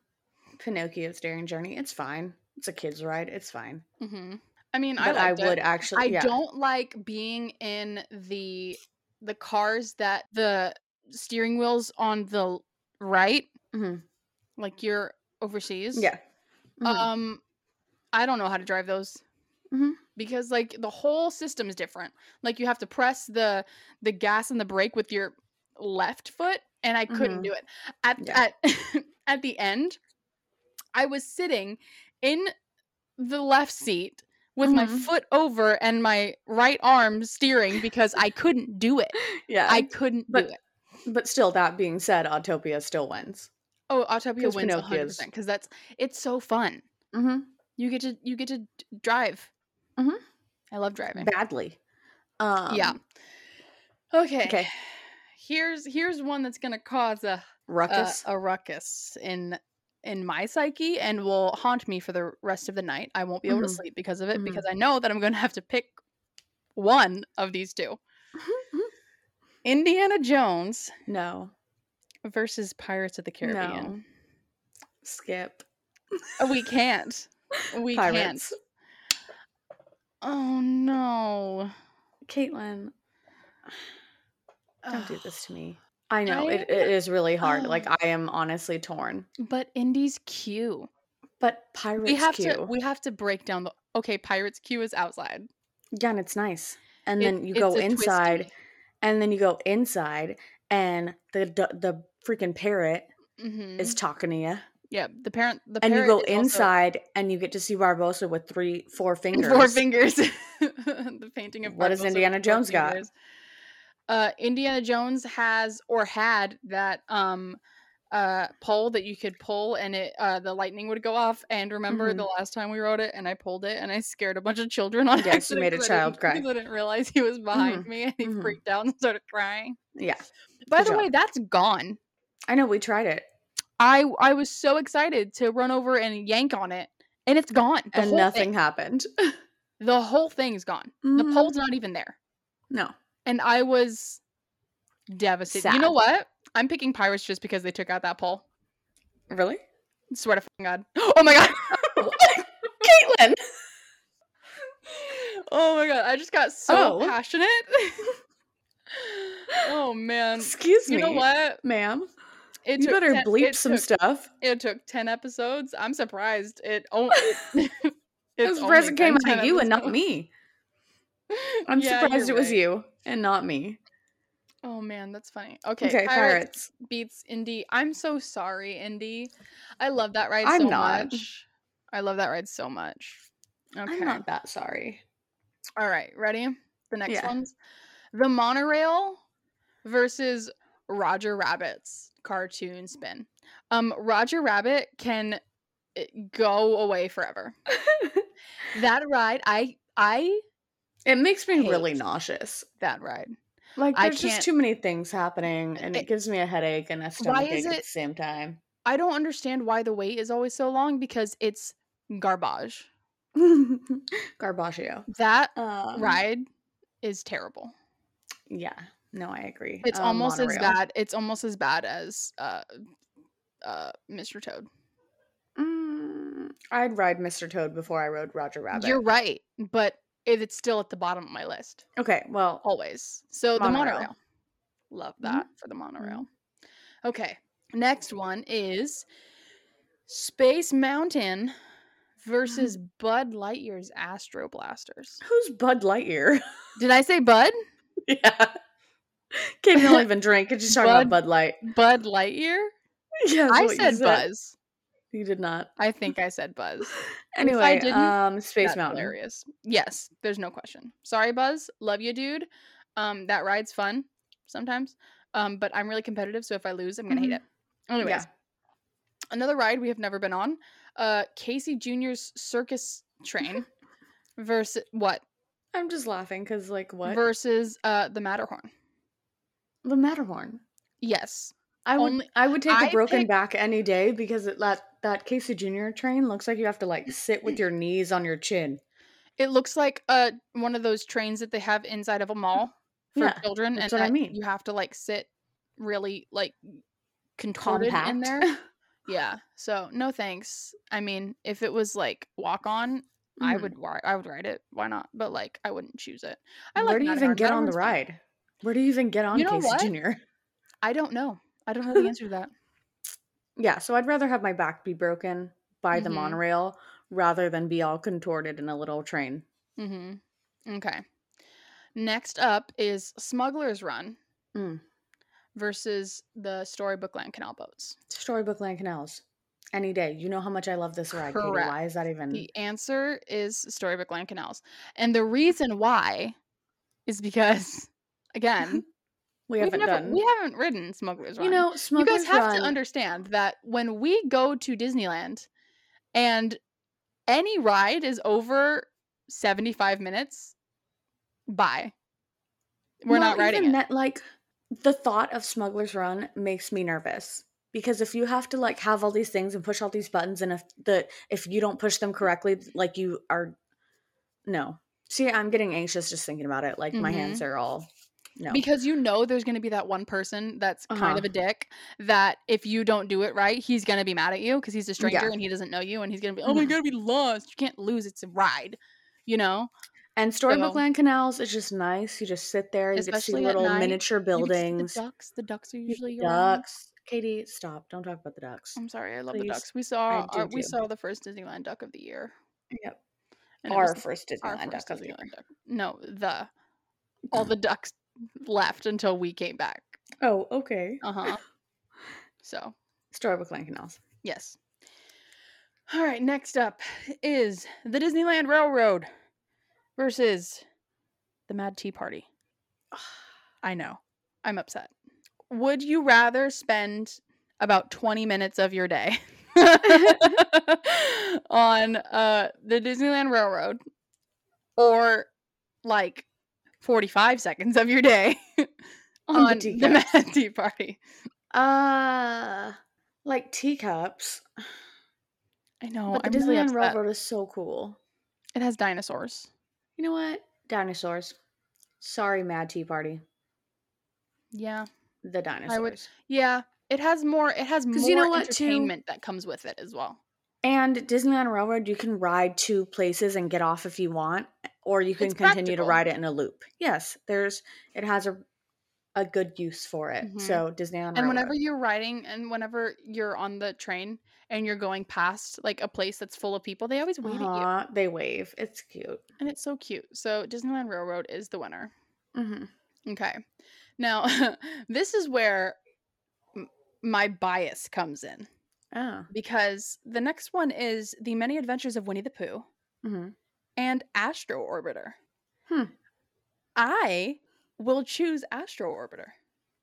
[SPEAKER 1] Pinocchio's Daring Journey. It's fine. It's a kid's ride. It's fine.
[SPEAKER 2] hmm I mean,
[SPEAKER 1] Mm-hmm. But I,
[SPEAKER 2] I, liked it.
[SPEAKER 1] would actually.
[SPEAKER 2] I
[SPEAKER 1] yeah.
[SPEAKER 2] don't like being in the the cars that the steering wheels on the l- right,
[SPEAKER 1] Mhm.
[SPEAKER 2] like you're overseas.
[SPEAKER 1] Yeah. Mhm.
[SPEAKER 2] Um, I don't know how to drive those
[SPEAKER 1] Mhm.
[SPEAKER 2] because like the whole system is different. Like you have to press the the gas and the brake with your left foot, and I couldn't
[SPEAKER 1] Mhm.
[SPEAKER 2] do it. At
[SPEAKER 1] Yeah.
[SPEAKER 2] at at the end, I was sitting in the left seat with my
[SPEAKER 1] Mhm.
[SPEAKER 2] foot over and my right arm steering because I couldn't do it.
[SPEAKER 1] Mm-hmm. yeah.
[SPEAKER 2] I couldn't
[SPEAKER 1] but-
[SPEAKER 2] do it.
[SPEAKER 1] but still, that being said, Autopia still wins.
[SPEAKER 2] Oh, Autopia
[SPEAKER 1] 'cause
[SPEAKER 2] wins a hundred
[SPEAKER 1] Pinocchio's-
[SPEAKER 2] percent because that's it's so fun.
[SPEAKER 1] Mm-hmm.
[SPEAKER 2] You get to you get to d- drive.
[SPEAKER 1] Mhm.
[SPEAKER 2] I love driving.
[SPEAKER 1] Badly. Um,
[SPEAKER 2] yeah. Uh, Okay.
[SPEAKER 1] Okay.
[SPEAKER 2] Here's here's one that's gonna cause a a,
[SPEAKER 1] Ruckus.
[SPEAKER 2] a ruckus in in my psyche and will haunt me for the rest of the night. I won't be able to
[SPEAKER 1] Mhm.
[SPEAKER 2] sleep because of it
[SPEAKER 1] Mhm.
[SPEAKER 2] because I know that I'm going to have to pick one of these two. Indiana Jones
[SPEAKER 1] no.
[SPEAKER 2] versus Pirates of the Caribbean.
[SPEAKER 1] Skip.
[SPEAKER 2] Oh, we can't. We can't.
[SPEAKER 1] Pirates.
[SPEAKER 2] Oh no.
[SPEAKER 1] Caitlin, don't do
[SPEAKER 2] Ugh.
[SPEAKER 1] this to me. I um, know
[SPEAKER 2] I-
[SPEAKER 1] it, it is really hard. Like
[SPEAKER 2] Oh.
[SPEAKER 1] I am honestly torn.
[SPEAKER 2] But Indy's Q.
[SPEAKER 1] But pirates
[SPEAKER 2] We have
[SPEAKER 1] queue.
[SPEAKER 2] to we have to break down the Okay, Pirates Q is outside.
[SPEAKER 1] yeah, and it's nice. And
[SPEAKER 2] It-
[SPEAKER 1] then you
[SPEAKER 2] it's
[SPEAKER 1] go
[SPEAKER 2] a
[SPEAKER 1] inside,
[SPEAKER 2] twisty.
[SPEAKER 1] and then you go inside, and the d- the freaking parrot
[SPEAKER 2] Mhm.
[SPEAKER 1] is talking to you.
[SPEAKER 2] Yeah, the parent. The
[SPEAKER 1] And you
[SPEAKER 2] parrot
[SPEAKER 1] go
[SPEAKER 2] is also-
[SPEAKER 1] inside, and you get to see Barbosa with three, four fingers.
[SPEAKER 2] Four fingers. the painting of
[SPEAKER 1] What has
[SPEAKER 2] Barbossa with
[SPEAKER 1] Indiana
[SPEAKER 2] four
[SPEAKER 1] Jones got?
[SPEAKER 2] fingers. Uh, Indiana Jones has or had that um uh pole that you could pull and it uh the lightning would go off and remember the last time we wrote it and I pulled it and I scared a bunch of children on
[SPEAKER 1] Mm-hmm. Yes, you
[SPEAKER 2] accident
[SPEAKER 1] made a
[SPEAKER 2] 'cause I didn't-
[SPEAKER 1] child cry.
[SPEAKER 2] because I didn't realize he was behind me and he
[SPEAKER 1] mhm.
[SPEAKER 2] freaked out and started crying.
[SPEAKER 1] Yeah,
[SPEAKER 2] By
[SPEAKER 1] Good
[SPEAKER 2] the
[SPEAKER 1] job.
[SPEAKER 2] way, that's gone.
[SPEAKER 1] I know. We tried it,
[SPEAKER 2] I I was so excited to run over and yank on it and it's gone. The
[SPEAKER 1] and
[SPEAKER 2] whole
[SPEAKER 1] nothing
[SPEAKER 2] thing.
[SPEAKER 1] happened.
[SPEAKER 2] The whole thing's gone. The
[SPEAKER 1] Mhm.
[SPEAKER 2] pole's not even there.
[SPEAKER 1] No.
[SPEAKER 2] And I was devastated. You know
[SPEAKER 1] Sad.
[SPEAKER 2] what? I'm picking pirates just because they took out that pole.
[SPEAKER 1] Really?
[SPEAKER 2] Swear to fucking God. Oh my God.
[SPEAKER 1] Caitlin!
[SPEAKER 2] Oh my God. I just got so
[SPEAKER 1] Oh.
[SPEAKER 2] passionate. oh man.
[SPEAKER 1] Excuse me.
[SPEAKER 2] You know what?
[SPEAKER 1] Ma'am.
[SPEAKER 2] It
[SPEAKER 1] you better
[SPEAKER 2] ten-
[SPEAKER 1] bleep
[SPEAKER 2] it
[SPEAKER 1] some
[SPEAKER 2] took-
[SPEAKER 1] stuff.
[SPEAKER 2] It took 10 episodes. I'm surprised. It only.
[SPEAKER 1] I'm surprised it came out of you and not me. I'm surprised it was you and not me.
[SPEAKER 2] Oh man, that's funny. Okay,
[SPEAKER 1] Okay,
[SPEAKER 2] pirates,
[SPEAKER 1] pirates.
[SPEAKER 2] beats Indy. I'm so sorry, Indy. I love that ride
[SPEAKER 1] I'm
[SPEAKER 2] so
[SPEAKER 1] not.
[SPEAKER 2] much. I love that ride so much. Okay.
[SPEAKER 1] I'm not that sorry.
[SPEAKER 2] All right, ready? The next
[SPEAKER 1] Yeah.
[SPEAKER 2] ones. The monorail versus Roger Rabbit's cartoon spin. Um Roger Rabbit can eh, go away forever. that ride, I I
[SPEAKER 1] It makes me
[SPEAKER 2] Hate.
[SPEAKER 1] really nauseous.
[SPEAKER 2] that ride.
[SPEAKER 1] Like
[SPEAKER 2] I
[SPEAKER 1] there's
[SPEAKER 2] can't-
[SPEAKER 1] just too many things happening and it,
[SPEAKER 2] It-
[SPEAKER 1] gives me a headache and a stomach ache
[SPEAKER 2] is
[SPEAKER 1] at
[SPEAKER 2] it-
[SPEAKER 1] the same time.
[SPEAKER 2] I don't understand why the wait is always so long because it's garbage.
[SPEAKER 1] Garbaggio.
[SPEAKER 2] That
[SPEAKER 1] Um,
[SPEAKER 2] ride is terrible.
[SPEAKER 1] Yeah. No, I agree.
[SPEAKER 2] It's
[SPEAKER 1] Um,
[SPEAKER 2] almost as
[SPEAKER 1] monorail.
[SPEAKER 2] bad. It's almost as bad as uh, uh, Mr. Toad.
[SPEAKER 1] Mm, I'd ride Mr. Toad before I rode Roger Rabbit.
[SPEAKER 2] You're right, but it, it's still at the bottom of my list
[SPEAKER 1] Okay, well,
[SPEAKER 2] always. So the
[SPEAKER 1] Monorail.
[SPEAKER 2] monorail, love that for the monorail. Okay, next one is Space Mountain versus Bud Lightyear's Astro Blasters.
[SPEAKER 1] who's Bud Lightyear?
[SPEAKER 2] Did I say Bud?
[SPEAKER 1] yeah. Can't even even drink. It's just talking
[SPEAKER 2] Bud-
[SPEAKER 1] about Bud Light.
[SPEAKER 2] Bud Lightyear?
[SPEAKER 1] Yeah, that's
[SPEAKER 2] I
[SPEAKER 1] what you
[SPEAKER 2] said, Buzz.
[SPEAKER 1] You did not.
[SPEAKER 2] I think I said Buzz. If I
[SPEAKER 1] Anyway,
[SPEAKER 2] didn't,
[SPEAKER 1] um, Space
[SPEAKER 2] That's
[SPEAKER 1] Mountain.
[SPEAKER 2] Hilarious. Yes, there's no question. Sorry, Buzz. Love you, dude. Um, that ride's fun sometimes. Um, but I'm really competitive, so if I lose, I'm gonna hate
[SPEAKER 1] Mhm.
[SPEAKER 2] it. Anyways,
[SPEAKER 1] Yeah.
[SPEAKER 2] another ride we have never been on. Uh, Casey Junior's Circus Train versus what?
[SPEAKER 1] I'm just laughing because, like, what?
[SPEAKER 2] Versus uh the Matterhorn.
[SPEAKER 1] the Matterhorn.
[SPEAKER 2] Yes.
[SPEAKER 1] I would
[SPEAKER 2] Only-
[SPEAKER 1] I would take the
[SPEAKER 2] I
[SPEAKER 1] broken
[SPEAKER 2] pick-
[SPEAKER 1] back any day because it, that that Casey Junior train looks like you have to like sit with your knees on your chin.
[SPEAKER 2] It looks like uh one of those trains that they have inside of a mall for
[SPEAKER 1] Yeah,
[SPEAKER 2] children
[SPEAKER 1] that's
[SPEAKER 2] and
[SPEAKER 1] what I
[SPEAKER 2] that
[SPEAKER 1] mean.
[SPEAKER 2] you have to like sit really like contorted in
[SPEAKER 1] Compact.
[SPEAKER 2] there. Yeah. So no thanks. I mean, if it was like walk on, I
[SPEAKER 1] Mhm.
[SPEAKER 2] would ri- I would ride it. Why not? But like I wouldn't choose it. I like
[SPEAKER 1] Where do you even
[SPEAKER 2] Matterhorn.
[SPEAKER 1] get on the
[SPEAKER 2] Matterhorn's fun.
[SPEAKER 1] ride? Where do you even get on
[SPEAKER 2] You know
[SPEAKER 1] Casey
[SPEAKER 2] what?
[SPEAKER 1] Junior?
[SPEAKER 2] I don't know. I don't know the answer to that.
[SPEAKER 1] Yeah, so I'd rather have my back be broken by the
[SPEAKER 2] Mhm.
[SPEAKER 1] monorail rather than be all contorted in a little train.
[SPEAKER 2] Mm-hmm. Okay. Next up is Smuggler's Run
[SPEAKER 1] Mm.
[SPEAKER 2] versus the Storybook Land Canal boats.
[SPEAKER 1] Storybook Land Canals. Any day. You know how much I love this ride, Katie. Why is that even
[SPEAKER 2] The answer is Storybook Land Canals. And
[SPEAKER 1] Mm.
[SPEAKER 2] the reason why is because, again,
[SPEAKER 1] we
[SPEAKER 2] we have
[SPEAKER 1] haven't
[SPEAKER 2] never,
[SPEAKER 1] done?
[SPEAKER 2] we haven't ridden Smuggler's Run.
[SPEAKER 1] you know,
[SPEAKER 2] you
[SPEAKER 1] Smuggler's
[SPEAKER 2] guys have
[SPEAKER 1] Run.
[SPEAKER 2] to understand that when we go to Disneyland and any ride is over 75 minutes, bye. We're
[SPEAKER 1] Well,
[SPEAKER 2] not riding
[SPEAKER 1] even
[SPEAKER 2] it.
[SPEAKER 1] That, like the thought of Smuggler's Run makes me nervous because if you have to like have all these things and push all these buttons, and if the if you don't push them correctly, like you are, no. See, I'm getting anxious just thinking about it. Like my
[SPEAKER 2] Mhm.
[SPEAKER 1] hands are all no.
[SPEAKER 2] Because you know there's going to be that one person that's kind
[SPEAKER 1] Uh-huh.
[SPEAKER 2] of a dick that if you don't do it right, he's going to be mad at you because he's a stranger
[SPEAKER 1] Yeah.
[SPEAKER 2] and he doesn't know you and he's going to be, oh my
[SPEAKER 1] Mhm.
[SPEAKER 2] God, we lost. You can't lose. It's a ride, you know?
[SPEAKER 1] and Storybook
[SPEAKER 2] so-
[SPEAKER 1] Land Canals is just nice. You just sit there, you get to see
[SPEAKER 2] Especially at
[SPEAKER 1] little
[SPEAKER 2] night,
[SPEAKER 1] miniature
[SPEAKER 2] You get to see
[SPEAKER 1] buildings,
[SPEAKER 2] The ducks. The ducks are
[SPEAKER 1] you-
[SPEAKER 2] usually your own.
[SPEAKER 1] ducks. Katie, stop! Don't talk about the ducks.
[SPEAKER 2] I'm sorry, I love
[SPEAKER 1] Please,
[SPEAKER 2] the ducks. We saw
[SPEAKER 1] do
[SPEAKER 2] our, we
[SPEAKER 1] too.
[SPEAKER 2] saw the first Disneyland duck of the year.
[SPEAKER 1] Mm, Yep,
[SPEAKER 2] and it was
[SPEAKER 1] our
[SPEAKER 2] the-
[SPEAKER 1] first Disneyland
[SPEAKER 2] our first
[SPEAKER 1] duck of the year.
[SPEAKER 2] Disneyland duck. No, the all the ducks left until we came back.
[SPEAKER 1] Oh, okay.
[SPEAKER 2] Uh huh. So
[SPEAKER 1] Storybook Land Canals.
[SPEAKER 2] Yes. All right, next up is the Disneyland Railroad versus the Mad Tea Party. I know. I'm upset. Would you rather spend about 20 minutes of your day on uh, the Disneyland Railroad or like 45 seconds of your day on,
[SPEAKER 1] On the
[SPEAKER 2] the,
[SPEAKER 1] teacups.
[SPEAKER 2] Mad Tea Party?
[SPEAKER 1] Uh like teacups.
[SPEAKER 2] I know.
[SPEAKER 1] but the Disneyland
[SPEAKER 2] I'm really upset.
[SPEAKER 1] Railroad is so cool.
[SPEAKER 2] It has dinosaurs.
[SPEAKER 1] You know what? Dinosaurs. Sorry, Mad Tea Party.
[SPEAKER 2] Yeah.
[SPEAKER 1] The dinosaurs.
[SPEAKER 2] Yeah, it has more. It has more
[SPEAKER 1] 'Cause you know what, too?
[SPEAKER 2] entertainment that comes with it as well.
[SPEAKER 1] And Disneyland Railroad, you can ride two places and get off if you want, or you can
[SPEAKER 2] It's
[SPEAKER 1] continue to
[SPEAKER 2] practical.
[SPEAKER 1] ride it in a loop. Yes, there's it has a a good use for it.
[SPEAKER 2] Mhm.
[SPEAKER 1] So Disneyland
[SPEAKER 2] And
[SPEAKER 1] Railroad.
[SPEAKER 2] whenever you're riding, and whenever you're on the train and you're going past like a place that's full of people, they always wave at you,
[SPEAKER 1] Aw, Uh-huh, they wave. It's cute.
[SPEAKER 2] and it's so cute. So Disneyland Railroad is the winner.
[SPEAKER 1] hmm
[SPEAKER 2] Okay, now this is where m- my bias comes in
[SPEAKER 1] Oh.
[SPEAKER 2] because the next one is the Many Adventures of Winnie the Pooh
[SPEAKER 1] hmm
[SPEAKER 2] and Astro Orbiter.
[SPEAKER 1] Hmm.
[SPEAKER 2] I will choose Astro Orbiter.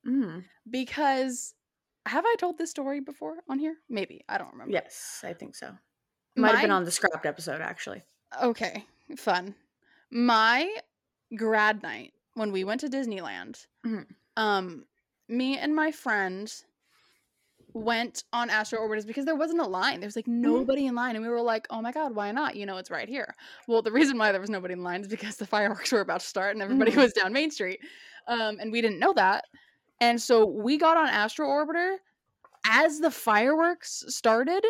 [SPEAKER 1] Mm.
[SPEAKER 2] because have I told this story before on here? Maybe I don't remember.
[SPEAKER 1] Yes, I think so. Might have been
[SPEAKER 2] My-
[SPEAKER 1] on the scrapped episode actually.
[SPEAKER 2] Okay, fun. My grad night when we went to Disneyland,
[SPEAKER 1] Mhm.
[SPEAKER 2] um, me and my friend went on Astro Orbiters because there wasn't a line. There was like nobody in line, and we were like, "Oh my god, why not? You know, it's right here." Well, the reason why there was nobody in line is because the fireworks were about to start, and everybody
[SPEAKER 1] Mhm.
[SPEAKER 2] was down Main Street, um, and we didn't know that. And so we got on Astro Orbiter as the fireworks started.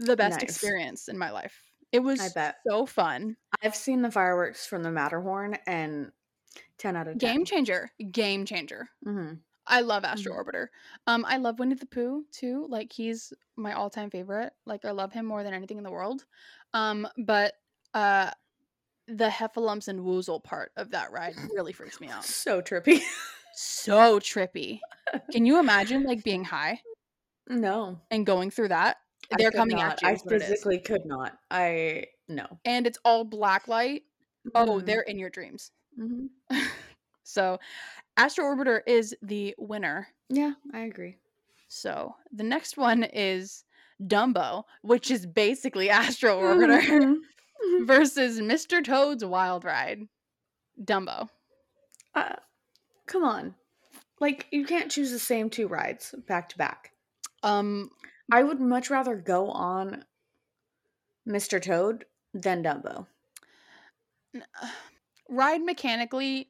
[SPEAKER 2] The best
[SPEAKER 1] Nice.
[SPEAKER 2] experience in my life. It was
[SPEAKER 1] I bet.
[SPEAKER 2] so fun.
[SPEAKER 1] I've seen the fireworks from the Matterhorn and 10 out of 10.
[SPEAKER 2] Game changer. Game changer.
[SPEAKER 1] Mhm.
[SPEAKER 2] I love Astro
[SPEAKER 1] Mm-hmm.
[SPEAKER 2] Orbiter. Um, I love Winnie the Pooh too. Like he's my all-time favorite. Like I love him more than anything in the world. Um, but uh, the Heffalumps and Woozle part of that ride really freaks me out.
[SPEAKER 1] So trippy.
[SPEAKER 2] So trippy. Can you imagine like being high
[SPEAKER 1] no.
[SPEAKER 2] and going through that?
[SPEAKER 1] I
[SPEAKER 2] They're
[SPEAKER 1] could
[SPEAKER 2] coming
[SPEAKER 1] not.
[SPEAKER 2] at you.
[SPEAKER 1] I
[SPEAKER 2] is what it is.
[SPEAKER 1] physically could not. I no.
[SPEAKER 2] And it's all black light. Oh,
[SPEAKER 1] Mhm.
[SPEAKER 2] they're in your dreams.
[SPEAKER 1] Mhm.
[SPEAKER 2] So, Astro Orbiter is the winner.
[SPEAKER 1] Yeah, I agree.
[SPEAKER 2] So, the next one is Dumbo, which is basically Astro Orbiter
[SPEAKER 1] Mhm.
[SPEAKER 2] versus Mr. Toad's Wild Ride. Dumbo.
[SPEAKER 1] Uh, come on. like you can't choose the same two rides back to back.
[SPEAKER 2] Um,
[SPEAKER 1] I would much rather go on Mr. Toad than Dumbo.
[SPEAKER 2] n- ride mechanically,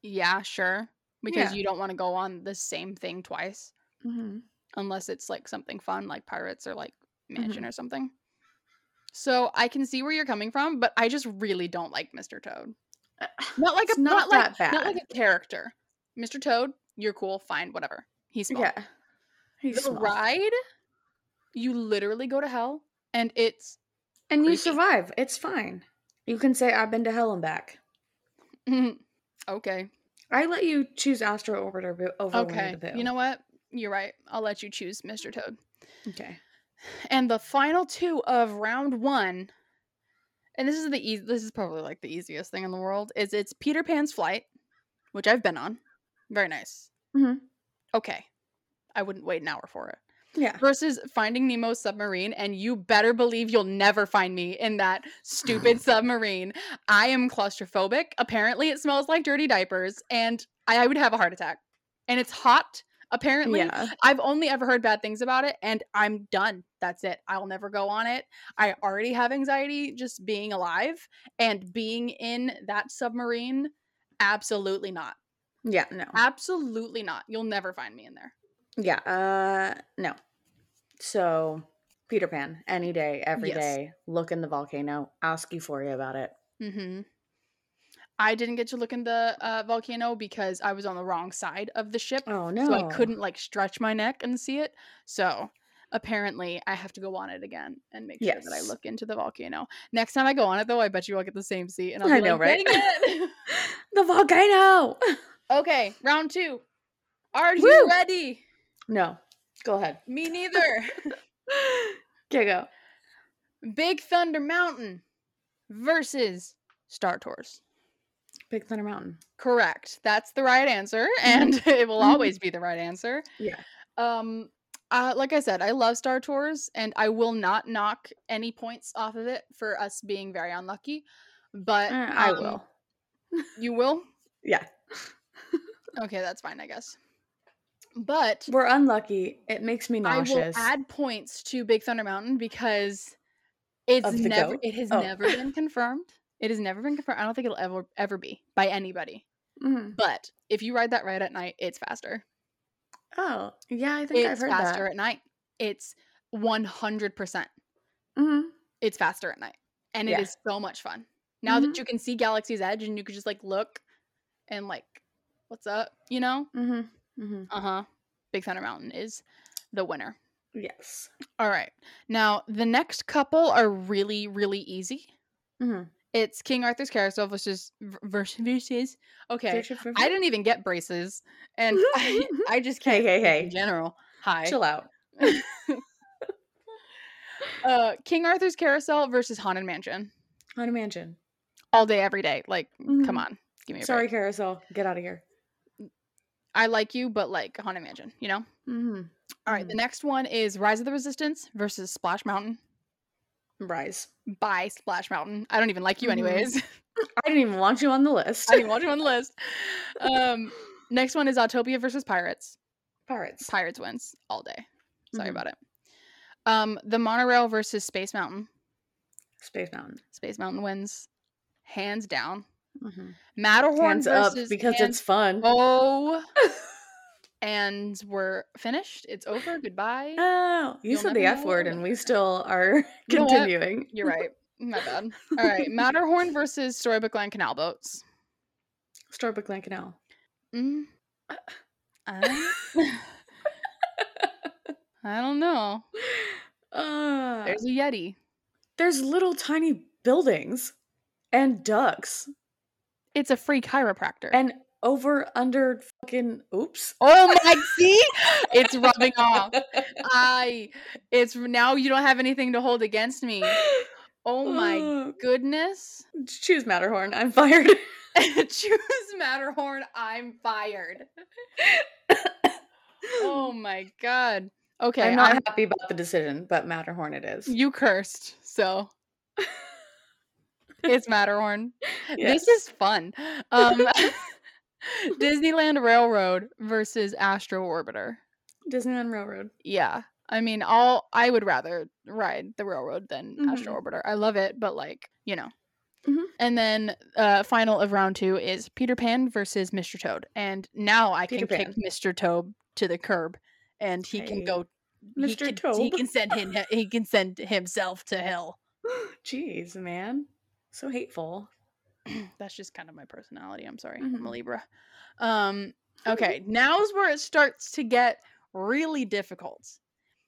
[SPEAKER 2] yeah, sure, because
[SPEAKER 1] Yeah.
[SPEAKER 2] you don't want to go on the same thing twice
[SPEAKER 1] Mm-hmm.
[SPEAKER 2] unless it's like something fun, like pirates or like
[SPEAKER 1] Mm-hmm.
[SPEAKER 2] mansion or something. So I can see where you're coming from, but I just really don't like Mr. Toad.
[SPEAKER 1] Uh,
[SPEAKER 2] Not like
[SPEAKER 1] it's
[SPEAKER 2] a not
[SPEAKER 1] not
[SPEAKER 2] like
[SPEAKER 1] that
[SPEAKER 2] not like
[SPEAKER 1] bad.
[SPEAKER 2] a character. Mr. Toad, you're cool, fine, whatever. He's small.
[SPEAKER 1] Yeah.
[SPEAKER 2] the
[SPEAKER 1] He's small.
[SPEAKER 2] ride, you literally go to hell, and it's
[SPEAKER 1] And you
[SPEAKER 2] creepy.
[SPEAKER 1] survive. It's fine. You can say I've been to hell and back.
[SPEAKER 2] okay.
[SPEAKER 1] I let you choose Astro Orbiter bo- over
[SPEAKER 2] Okay.
[SPEAKER 1] Winnie the Pooh.
[SPEAKER 2] You know what? You're right. I'll let you choose Mr. Toad.
[SPEAKER 1] Okay.
[SPEAKER 2] And the final two of round one, and this is the eas this is probably like the easiest thing in the world, is it's Peter Pan's flight, which I've been on. Very nice.
[SPEAKER 1] Mhm.
[SPEAKER 2] Okay. I wouldn't wait an hour for it.
[SPEAKER 1] Yeah.
[SPEAKER 2] Versus Finding Nemo submarine, and you better believe you'll never find me in that stupid submarine. I am claustrophobic. Apparently, it smells like dirty diapers, and I, I would have a heart attack. And it's hot. Apparently,
[SPEAKER 1] Yeah.
[SPEAKER 2] I've only ever heard bad things about it, and I'm done. That's it. I'll never go on it. I already have anxiety just being alive and being in that submarine. Absolutely not.
[SPEAKER 1] Yeah. No.
[SPEAKER 2] Absolutely not. You'll never find me in there.
[SPEAKER 1] Yeah. Uh no. So Peter Pan, any day, every day.
[SPEAKER 2] Yes.
[SPEAKER 1] Look in the volcano. Ask Euphoria about it.
[SPEAKER 2] Mm-hmm. I didn't get to look in the uh, volcano because I was on the wrong side of the ship,
[SPEAKER 1] Oh no.
[SPEAKER 2] so I couldn't like stretch my neck and see it. So apparently, I have to go on it again and make sure that I
[SPEAKER 1] Yes.
[SPEAKER 2] look into the volcano. Next time I go on it, though, I bet you I'll get the same seat, and I'll
[SPEAKER 1] I
[SPEAKER 2] be
[SPEAKER 1] know,
[SPEAKER 2] like,
[SPEAKER 1] right?
[SPEAKER 2] "Dang it!"
[SPEAKER 1] The volcano.
[SPEAKER 2] okay, round two. Are you
[SPEAKER 1] Woo!
[SPEAKER 2] ready?
[SPEAKER 1] no. Go ahead.
[SPEAKER 2] Me neither.
[SPEAKER 1] Okay, go.
[SPEAKER 2] Big Thunder Mountain versus Star Tours.
[SPEAKER 1] Big Thunder Mountain.
[SPEAKER 2] Correct. That's the right answer, and it will
[SPEAKER 1] Mhm.
[SPEAKER 2] always be the right answer.
[SPEAKER 1] Yeah.
[SPEAKER 2] Um. Uh, like I said, I love Star Tours, and I will not knock any points off of it for us being very unlucky. But
[SPEAKER 1] Uh, I
[SPEAKER 2] um,
[SPEAKER 1] will.
[SPEAKER 2] You will.
[SPEAKER 1] Yeah.
[SPEAKER 2] Okay, that's fine, I guess. But
[SPEAKER 1] We're unlucky. It makes me
[SPEAKER 2] I will
[SPEAKER 1] nauseous.
[SPEAKER 2] add points to Big Thunder Mountain because it's
[SPEAKER 1] Of the
[SPEAKER 2] never.
[SPEAKER 1] goat?
[SPEAKER 2] It has
[SPEAKER 1] Oh.
[SPEAKER 2] never been confirmed. It has never been confirmed. I don't think it'll ever ever be by anybody.
[SPEAKER 1] Mhm.
[SPEAKER 2] But if you ride that ride at night, it's faster.
[SPEAKER 1] Oh, yeah, I think I've
[SPEAKER 2] it's
[SPEAKER 1] heard
[SPEAKER 2] faster
[SPEAKER 1] that.
[SPEAKER 2] at night. It's 100%.
[SPEAKER 1] Mhm.
[SPEAKER 2] It's faster at night. And it is
[SPEAKER 1] Yeah.
[SPEAKER 2] so much fun. Now
[SPEAKER 1] Mhm.
[SPEAKER 2] that you can see Galaxy's Edge and you could just like look and like, what's up, you know?
[SPEAKER 1] Mhm. Mhm.
[SPEAKER 2] Uh huh. Big Thunder Mountain is the winner.
[SPEAKER 1] Yes.
[SPEAKER 2] All right. Now, the next couple are really, really easy.
[SPEAKER 1] Mhm.
[SPEAKER 2] It's King Arthur's Carousel versus v- vers- versus. Okay.
[SPEAKER 1] Search for-
[SPEAKER 2] I didn't even get braces and I, I just
[SPEAKER 1] Hey,
[SPEAKER 2] can't
[SPEAKER 1] hey,
[SPEAKER 2] speak in
[SPEAKER 1] hey.
[SPEAKER 2] general. Hi.
[SPEAKER 1] Chill out.
[SPEAKER 2] uh King Arthur's Carousel versus Haunted Mansion.
[SPEAKER 1] Haunted Mansion.
[SPEAKER 2] All day, every day. Like, come
[SPEAKER 1] Mhm.
[SPEAKER 2] on, give me a
[SPEAKER 1] Sorry,
[SPEAKER 2] break.
[SPEAKER 1] Carousel. Get out of here.
[SPEAKER 2] I like you, but like Haunted Mansion, you know.
[SPEAKER 1] Mhm.
[SPEAKER 2] All right, the next one is Rise of the Resistance versus Splash Mountain.
[SPEAKER 1] Rise.
[SPEAKER 2] By Splash Mountain, I don't even like you,
[SPEAKER 1] Mhm.
[SPEAKER 2] anyways.
[SPEAKER 1] I didn't even want you on the list.
[SPEAKER 2] I didn't want you on the list. Um, next one is Autopia versus Pirates.
[SPEAKER 1] Pirates.
[SPEAKER 2] Pirates wins all day. Sorry
[SPEAKER 1] Mhm.
[SPEAKER 2] about it. Um, the Monorail versus Space Mountain.
[SPEAKER 1] Space Mountain.
[SPEAKER 2] Space Mountain wins, hands down.
[SPEAKER 1] Mhm.
[SPEAKER 2] Matterhorn
[SPEAKER 1] Hands up
[SPEAKER 2] versus
[SPEAKER 1] because
[SPEAKER 2] hands
[SPEAKER 1] it's fun.
[SPEAKER 2] Oh. and we're finished. It's over. Goodbye.
[SPEAKER 1] Oh, you
[SPEAKER 2] You'll
[SPEAKER 1] said the
[SPEAKER 2] never
[SPEAKER 1] F
[SPEAKER 2] know
[SPEAKER 1] word,
[SPEAKER 2] what-
[SPEAKER 1] and we still are
[SPEAKER 2] You know what?
[SPEAKER 1] continuing.
[SPEAKER 2] You're right. My bad. All right. Matterhorn versus Storybook Line Canal Boats.
[SPEAKER 1] Starbuck Lake Canal.
[SPEAKER 2] Mm. I don't- I don't know.
[SPEAKER 1] Uh,
[SPEAKER 2] There's a Yeti.
[SPEAKER 1] there's little tiny buildings and ducks
[SPEAKER 2] It's a free chiropractor.
[SPEAKER 1] and over under fucking oops.
[SPEAKER 2] oh my, see? It's rubbing off. I, it's now you don't have anything to hold against me. Oh my
[SPEAKER 1] Uh,
[SPEAKER 2] goodness.
[SPEAKER 1] choose Matterhorn. I'm fired.
[SPEAKER 2] Choose Matterhorn. I'm fired. Oh my god. Okay,
[SPEAKER 1] I'm not
[SPEAKER 2] I'm-
[SPEAKER 1] happy about the decision, but Matterhorn it is.
[SPEAKER 2] you cursed, so it's Matterhorn. This
[SPEAKER 1] Yes.
[SPEAKER 2] is fun. Um, Disneyland Railroad versus Astro Orbiter.
[SPEAKER 1] Disneyland Railroad.
[SPEAKER 2] Yeah. I mean, all I would rather ride the railroad than Astro
[SPEAKER 1] Mm-hmm.
[SPEAKER 2] Orbiter. I love it, but like, you know.
[SPEAKER 1] Mhm.
[SPEAKER 2] And then uh final of round 2 is Peter Pan versus Mr. Toad. And now I
[SPEAKER 1] Peter
[SPEAKER 2] can kick
[SPEAKER 1] Pan.
[SPEAKER 2] Mr. Toad to the curb and he
[SPEAKER 1] Hey,
[SPEAKER 2] can go he
[SPEAKER 1] Mr.
[SPEAKER 2] can- He
[SPEAKER 1] Toad.
[SPEAKER 2] can send him he can send himself to hell.
[SPEAKER 1] Jeez, man. So hateful.
[SPEAKER 2] That's just kind of my personality. I'm sorry. I'm
[SPEAKER 1] Mhm.
[SPEAKER 2] a Libra. Um okay, now's where it starts to get really difficult.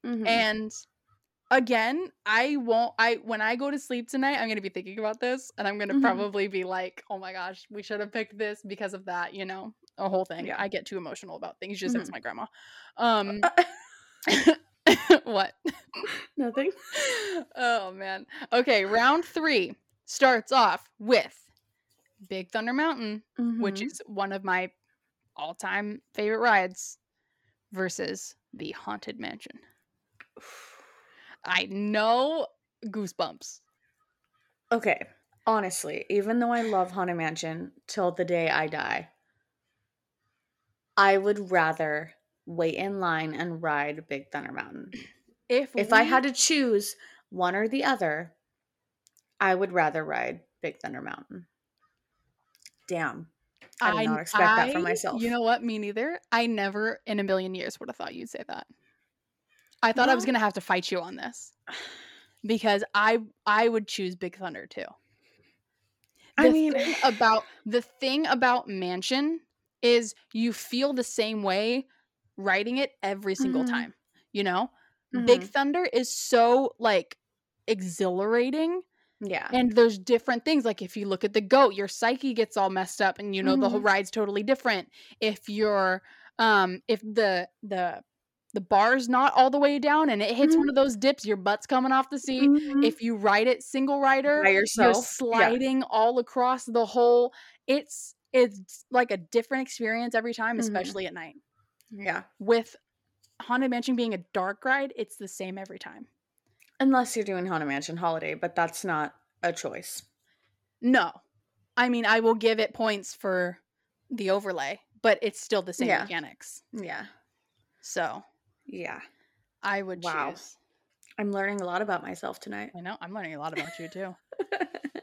[SPEAKER 1] Mhm.
[SPEAKER 2] And again, I won't I when I go to sleep tonight, I'm going to be thinking about this and I'm going to
[SPEAKER 1] Mhm.
[SPEAKER 2] probably be like, "Oh my gosh, we should have picked this because of that," you know, a whole thing.
[SPEAKER 1] Yeah.
[SPEAKER 2] I get too emotional about things. Just it's
[SPEAKER 1] Mhm.
[SPEAKER 2] my grandma. Um what?
[SPEAKER 1] Nothing.
[SPEAKER 2] oh man. Okay, round 3 starts off with Big Thunder Mountain, which
[SPEAKER 1] Mhm.
[SPEAKER 2] is one of my all-time favorite rides versus the Haunted Mansion. I know goosebumps.
[SPEAKER 1] okay. Honestly, even though I love Haunted Mansion till the day I die, I would rather wait in line and ride Big Thunder Mountain. If I
[SPEAKER 2] we-
[SPEAKER 1] had to choose one or the other, I would rather ride Big Thunder Mountain. Damn. I did not expect that for
[SPEAKER 2] I-
[SPEAKER 1] myself.
[SPEAKER 2] You know what? Me neither. I never in a million years would have thought you'd say that. I thought I was
[SPEAKER 1] Well-
[SPEAKER 2] gonna have to fight you on this because I I would choose Big Thunder too.
[SPEAKER 1] I
[SPEAKER 2] The
[SPEAKER 1] mean,
[SPEAKER 2] thing about the thing about Mansion is you feel the same way writing it every single
[SPEAKER 1] Mhm.
[SPEAKER 2] time. You know,
[SPEAKER 1] Mm-hmm.
[SPEAKER 2] Big Thunder is so like exhilarating
[SPEAKER 1] mm-hmm, yeah.
[SPEAKER 2] and there's different things like if you look at the goat your psyche gets all messed up and you know the whole
[SPEAKER 1] Mhm.
[SPEAKER 2] ride's totally different if you're um if the the the bar's not all the way down and it hits
[SPEAKER 1] Mm-hmm.
[SPEAKER 2] one of those dips your butt's coming off the seat
[SPEAKER 1] Mhm.
[SPEAKER 2] if you ride it single rider
[SPEAKER 1] by yourself,
[SPEAKER 2] you're
[SPEAKER 1] yeah.
[SPEAKER 2] sliding all across the whole it's it's like a different experience every time
[SPEAKER 1] Mhm.
[SPEAKER 2] especially at night
[SPEAKER 1] yeah.
[SPEAKER 2] with haunted mansion being a dark ride it's the same every time
[SPEAKER 1] Unless you're doing Haunted Mansion Holiday, but that's not a choice.
[SPEAKER 2] No. I mean, I will give it points for the overlay, but it's still the same
[SPEAKER 1] Yeah.
[SPEAKER 2] mechanics.
[SPEAKER 1] Yeah.
[SPEAKER 2] So
[SPEAKER 1] Yeah.
[SPEAKER 2] I would
[SPEAKER 1] Wow.
[SPEAKER 2] choose.
[SPEAKER 1] I'm learning a lot about myself tonight.
[SPEAKER 2] I know. I'm learning a lot about you too.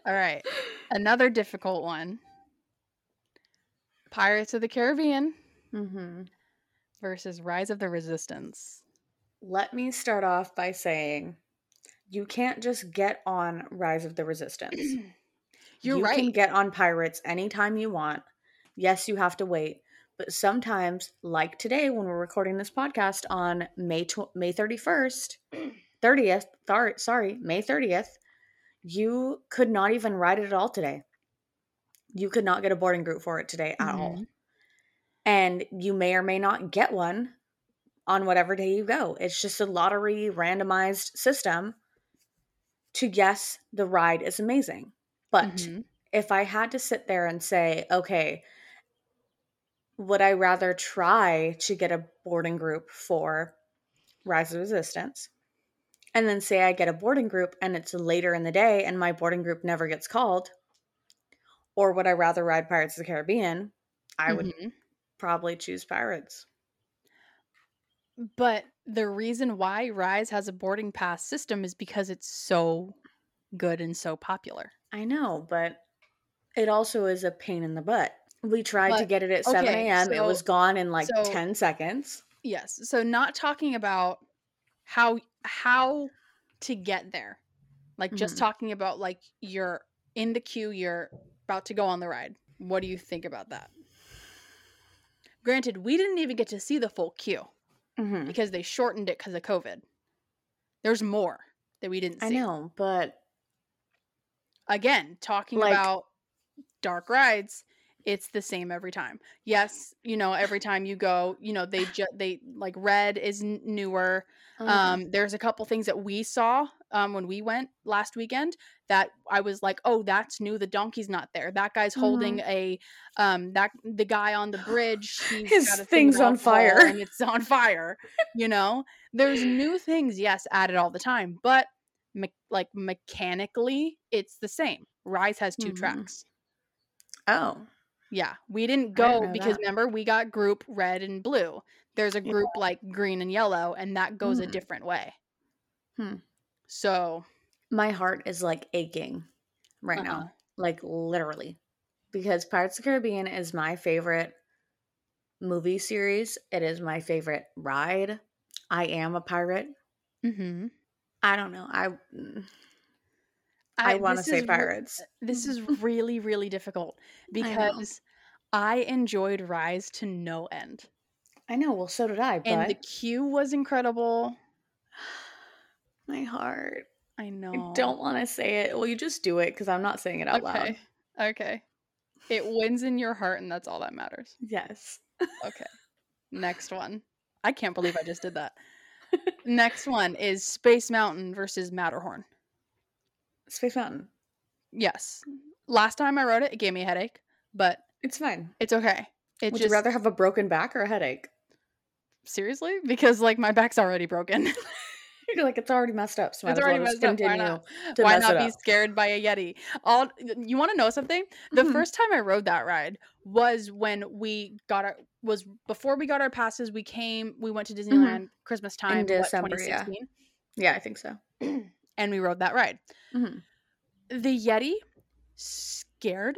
[SPEAKER 2] All right. Another difficult one Pirates of the Caribbean
[SPEAKER 1] hmm
[SPEAKER 2] versus Rise of the Resistance.
[SPEAKER 1] Let me start off by saying you can't just get on Rise of the Resistance.
[SPEAKER 2] You're
[SPEAKER 1] you
[SPEAKER 2] right.
[SPEAKER 1] can get on pirates anytime you want. Yes, you have to wait, but sometimes, like today when we're recording this podcast on May tw- May thirty first, thirtieth, thar- sorry, May thirtieth, you could not even ride it at all today. You could not get a boarding group for it today at all,
[SPEAKER 2] Mhm.
[SPEAKER 1] and you may or may not get one on whatever day you go. It's just a lottery randomized system. To yes, the ride is amazing, but
[SPEAKER 2] Mhm.
[SPEAKER 1] if I had to sit there and say, okay, would I rather try to get a boarding group for Rise of Resistance? And then say I get a boarding group and it's later in the day and my boarding group never gets called? Or would I rather ride Pirates of the Caribbean? I would
[SPEAKER 2] Mhm.
[SPEAKER 1] probably choose Pirates.
[SPEAKER 2] But the reason why Rise has a boarding pass system is because it's so good and so popular.
[SPEAKER 1] I know, but it also is a pain in the butt. We tried to
[SPEAKER 2] But-
[SPEAKER 1] get it at 7
[SPEAKER 2] okay,
[SPEAKER 1] a.m., it
[SPEAKER 2] so-
[SPEAKER 1] was gone in like
[SPEAKER 2] so-
[SPEAKER 1] 10 seconds.
[SPEAKER 2] Yes. So not talking about how how to get there. Like just
[SPEAKER 1] Mhm.
[SPEAKER 2] talking about like you're in the queue, you're about to go on the ride. What do you think about that? Granted, we didn't even get to see the full queue
[SPEAKER 1] Mm-hmm.
[SPEAKER 2] because they shortened it because of COVID. There's more that we didn't see.
[SPEAKER 1] I know, but
[SPEAKER 2] Again, talking
[SPEAKER 1] Like-
[SPEAKER 2] about dark rides, it's the same every time. Yes, you know, every time you go, you know, they ju- they like red is n- newer.
[SPEAKER 1] Mm-hmm. Uh-huh.
[SPEAKER 2] Um, there's a couple things that we saw um, when we went last weekend that I was like, "Oh, that's new. The donkey's not there. That guy's holding
[SPEAKER 1] Mm-hmm.
[SPEAKER 2] a um, that the guy on the bridge. he's
[SPEAKER 1] His
[SPEAKER 2] got a thing
[SPEAKER 1] thing's
[SPEAKER 2] about
[SPEAKER 1] on
[SPEAKER 2] a pole
[SPEAKER 1] fire."
[SPEAKER 2] and it's on fire. You know, there's new things, yes, added all the time, but me- like
[SPEAKER 1] Mm-hmm.
[SPEAKER 2] mechanically, it's the same. Rise has 2
[SPEAKER 1] Mhm.
[SPEAKER 2] tracks.
[SPEAKER 1] Oh,
[SPEAKER 2] Yeah, we didn't
[SPEAKER 1] I didn't
[SPEAKER 2] go
[SPEAKER 1] know
[SPEAKER 2] because
[SPEAKER 1] that.
[SPEAKER 2] remember we got group red and blue. There's a
[SPEAKER 1] Yeah.
[SPEAKER 2] group like green and yellow, and that goes a
[SPEAKER 1] Hmm.
[SPEAKER 2] different way.
[SPEAKER 1] Hmm.
[SPEAKER 2] So
[SPEAKER 1] My heart is like aching right
[SPEAKER 2] uh-uh.
[SPEAKER 1] now, like literally, because Pirates of the Caribbean is my favorite movie series. It is my favorite ride. I am a pirate.
[SPEAKER 2] Mhm.
[SPEAKER 1] I don't know. I mm, I, want to
[SPEAKER 2] this
[SPEAKER 1] say
[SPEAKER 2] is re-
[SPEAKER 1] pirates.
[SPEAKER 2] this is really really difficult
[SPEAKER 1] know.
[SPEAKER 2] because I enjoyed Rise to no end,
[SPEAKER 1] I know. Well, so did I. But
[SPEAKER 2] and the queue was incredible.
[SPEAKER 1] my heart.
[SPEAKER 2] I know.
[SPEAKER 1] I don't want to say it. Well, you just do it because I'm not saying it out loud.
[SPEAKER 2] Okay. Okay. It wins in your heart, and that's all that matters.
[SPEAKER 1] Yes.
[SPEAKER 2] Okay. Next one. I can't believe I just did that. Next one is Space Mountain versus Matterhorn.
[SPEAKER 1] Space Mountain.
[SPEAKER 2] Yes. Last time I wrote it, it gave me a headache, but
[SPEAKER 1] It's fine.
[SPEAKER 2] it's okay. It
[SPEAKER 1] Would
[SPEAKER 2] just
[SPEAKER 1] you rather have a broken back or a headache?
[SPEAKER 2] seriously because like my back's already broken. it's
[SPEAKER 1] You're like, it's already messed up. So might as well
[SPEAKER 2] already
[SPEAKER 1] just
[SPEAKER 2] messed up. Why
[SPEAKER 1] continue.
[SPEAKER 2] not?
[SPEAKER 1] to
[SPEAKER 2] Why
[SPEAKER 1] mess
[SPEAKER 2] not
[SPEAKER 1] it
[SPEAKER 2] be
[SPEAKER 1] up.
[SPEAKER 2] scared by a yeti? All you want to know something? The
[SPEAKER 1] Mhm.
[SPEAKER 2] first time I rode that ride was when we got our was before we got our passes. We came. We went to Disneyland Christmas time what,
[SPEAKER 1] Mm-hmm. December, yeah.
[SPEAKER 2] 2016,
[SPEAKER 1] Yeah, I think so.
[SPEAKER 2] and we rode that ride.
[SPEAKER 1] Mhm.
[SPEAKER 2] the Yeti scared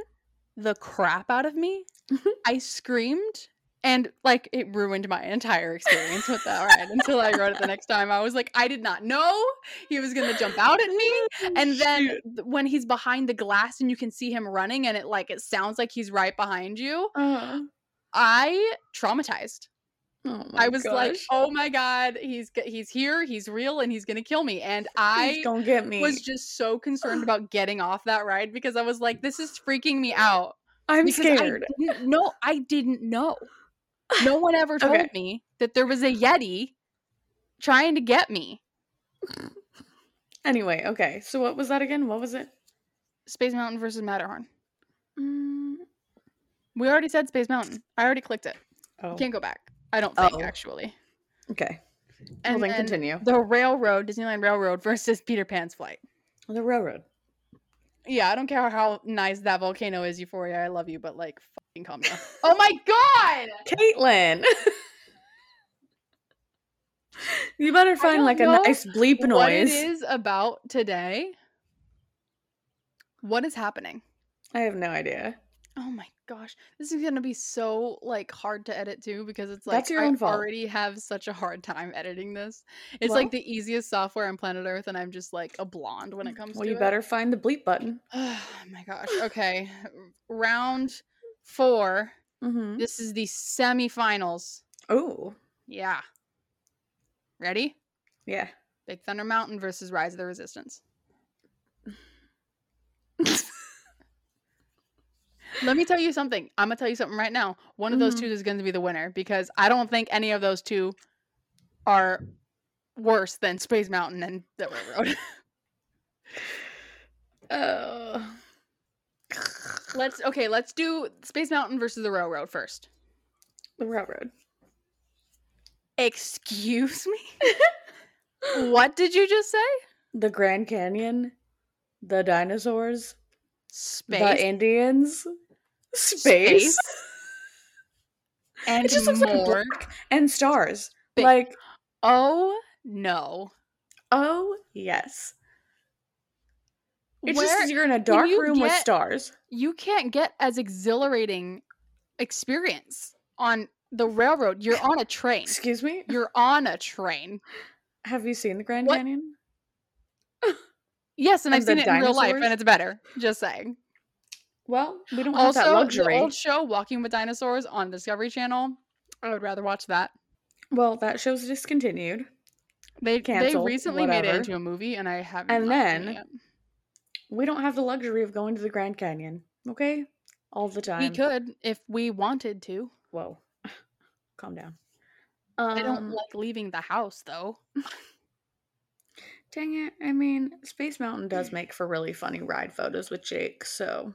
[SPEAKER 2] the crap out of me.
[SPEAKER 1] Mhm.
[SPEAKER 2] I screamed and like it ruined my entire experience with that ride until I rode it the next time. I was like, I did not know he was gonna jump out at me. And then
[SPEAKER 1] Mm-hmm. Shoot.
[SPEAKER 2] th- when he's behind the glass and you can see him running and it like it sounds like he's right behind you,
[SPEAKER 1] Uh,
[SPEAKER 2] I traumatized.
[SPEAKER 1] oh my
[SPEAKER 2] I was like,
[SPEAKER 1] gosh.
[SPEAKER 2] oh my god, he's g- he's here, he's real, and he's gonna kill me. And I
[SPEAKER 1] Please don't get me.
[SPEAKER 2] was just so concerned about getting off that ride because I was like, this is freaking me out.
[SPEAKER 1] I'm
[SPEAKER 2] because
[SPEAKER 1] scared.
[SPEAKER 2] I didn't know. I didn't know. No one ever told
[SPEAKER 1] Okay.
[SPEAKER 2] me that there was a Yeti trying to get me.
[SPEAKER 1] Anyway, okay. So what was that again? What was it?
[SPEAKER 2] Space Mountain versus Matterhorn.
[SPEAKER 1] Mm,
[SPEAKER 2] We already said Space Mountain. I already clicked it.
[SPEAKER 1] oh,
[SPEAKER 2] Can't go back. I don't think
[SPEAKER 1] Oh.
[SPEAKER 2] actually.
[SPEAKER 1] okay.
[SPEAKER 2] And
[SPEAKER 1] well, then
[SPEAKER 2] then
[SPEAKER 1] continue.
[SPEAKER 2] the railroad, Disneyland Railroad versus Peter Pan's flight.
[SPEAKER 1] The railroad.
[SPEAKER 2] Yeah, I don't care how nice that volcano is, Euphoria. I love you, but like, fucking calm down. oh my god!
[SPEAKER 1] Caitlin. you better find
[SPEAKER 2] don't
[SPEAKER 1] like a
[SPEAKER 2] know
[SPEAKER 1] nice bleep
[SPEAKER 2] What it
[SPEAKER 1] noise.
[SPEAKER 2] is about today. What is happening?
[SPEAKER 1] I have no idea.
[SPEAKER 2] Oh my gosh. This is gonna be so like hard to edit too because it's like
[SPEAKER 1] That's your
[SPEAKER 2] I
[SPEAKER 1] own fault.
[SPEAKER 2] already have such a hard time editing this. It's like
[SPEAKER 1] Well-
[SPEAKER 2] the easiest software on planet Earth, and I'm just like a blonde when it comes
[SPEAKER 1] Well,
[SPEAKER 2] to
[SPEAKER 1] you
[SPEAKER 2] it.
[SPEAKER 1] better find the bleep button.
[SPEAKER 2] Oh my gosh. Okay. r- Round four.
[SPEAKER 1] Mm-hmm.
[SPEAKER 2] This is the semifinals.
[SPEAKER 1] Oh,
[SPEAKER 2] Yeah. Ready?
[SPEAKER 1] yeah.
[SPEAKER 2] Big Thunder Mountain versus Rise of the Resistance. Let me tell you something. I'm gonna tell you something right now. One of those
[SPEAKER 1] Mhm.
[SPEAKER 2] two is going to be the winner because I don't think any of those two are worse than Space Mountain and the Railroad.
[SPEAKER 1] Oh.
[SPEAKER 2] let's okay. Let's do Space Mountain versus the Railroad first.
[SPEAKER 1] The railroad.
[SPEAKER 2] Excuse me. what did you just say?
[SPEAKER 1] The Grand Canyon. The dinosaurs.
[SPEAKER 2] Space
[SPEAKER 1] The Indians. Space.
[SPEAKER 2] and
[SPEAKER 1] It just looks like
[SPEAKER 2] more.
[SPEAKER 1] black and stars.
[SPEAKER 2] Ba-
[SPEAKER 1] Like,
[SPEAKER 2] oh no!
[SPEAKER 1] oh yes. It's
[SPEAKER 2] Where
[SPEAKER 1] just you're in a dark
[SPEAKER 2] you
[SPEAKER 1] room with
[SPEAKER 2] get-
[SPEAKER 1] stars.
[SPEAKER 2] you can't get as exhilarating experience on the railroad. You're on a train.
[SPEAKER 1] Excuse me?
[SPEAKER 2] You're on a train.
[SPEAKER 1] Have you seen the Grand
[SPEAKER 2] What?
[SPEAKER 1] Canyon?
[SPEAKER 2] Yes, and, I've
[SPEAKER 1] And the
[SPEAKER 2] seen it in real life,
[SPEAKER 1] dinosaurs?
[SPEAKER 2] and it's better. Just saying.
[SPEAKER 1] Well, we don't
[SPEAKER 2] Also,
[SPEAKER 1] have that
[SPEAKER 2] the
[SPEAKER 1] luxury.
[SPEAKER 2] old show Walking with Dinosaurs on Discovery Channel. I would rather watch that.
[SPEAKER 1] Well, that show's discontinued.
[SPEAKER 2] They
[SPEAKER 1] Canceled,
[SPEAKER 2] they recently made
[SPEAKER 1] whatever.
[SPEAKER 2] it into a movie, and I haven't.
[SPEAKER 1] And
[SPEAKER 2] not seen it
[SPEAKER 1] then, We don't have the luxury of going to the Grand Canyon, okay? All the
[SPEAKER 2] yet.
[SPEAKER 1] time.
[SPEAKER 2] we could if we wanted to.
[SPEAKER 1] Whoa. Calm down. Um,
[SPEAKER 2] I don't like leaving the house though.
[SPEAKER 1] Dang it. I mean, Space Mountain does
[SPEAKER 2] Mm.
[SPEAKER 1] make for really funny ride photos with Jake, so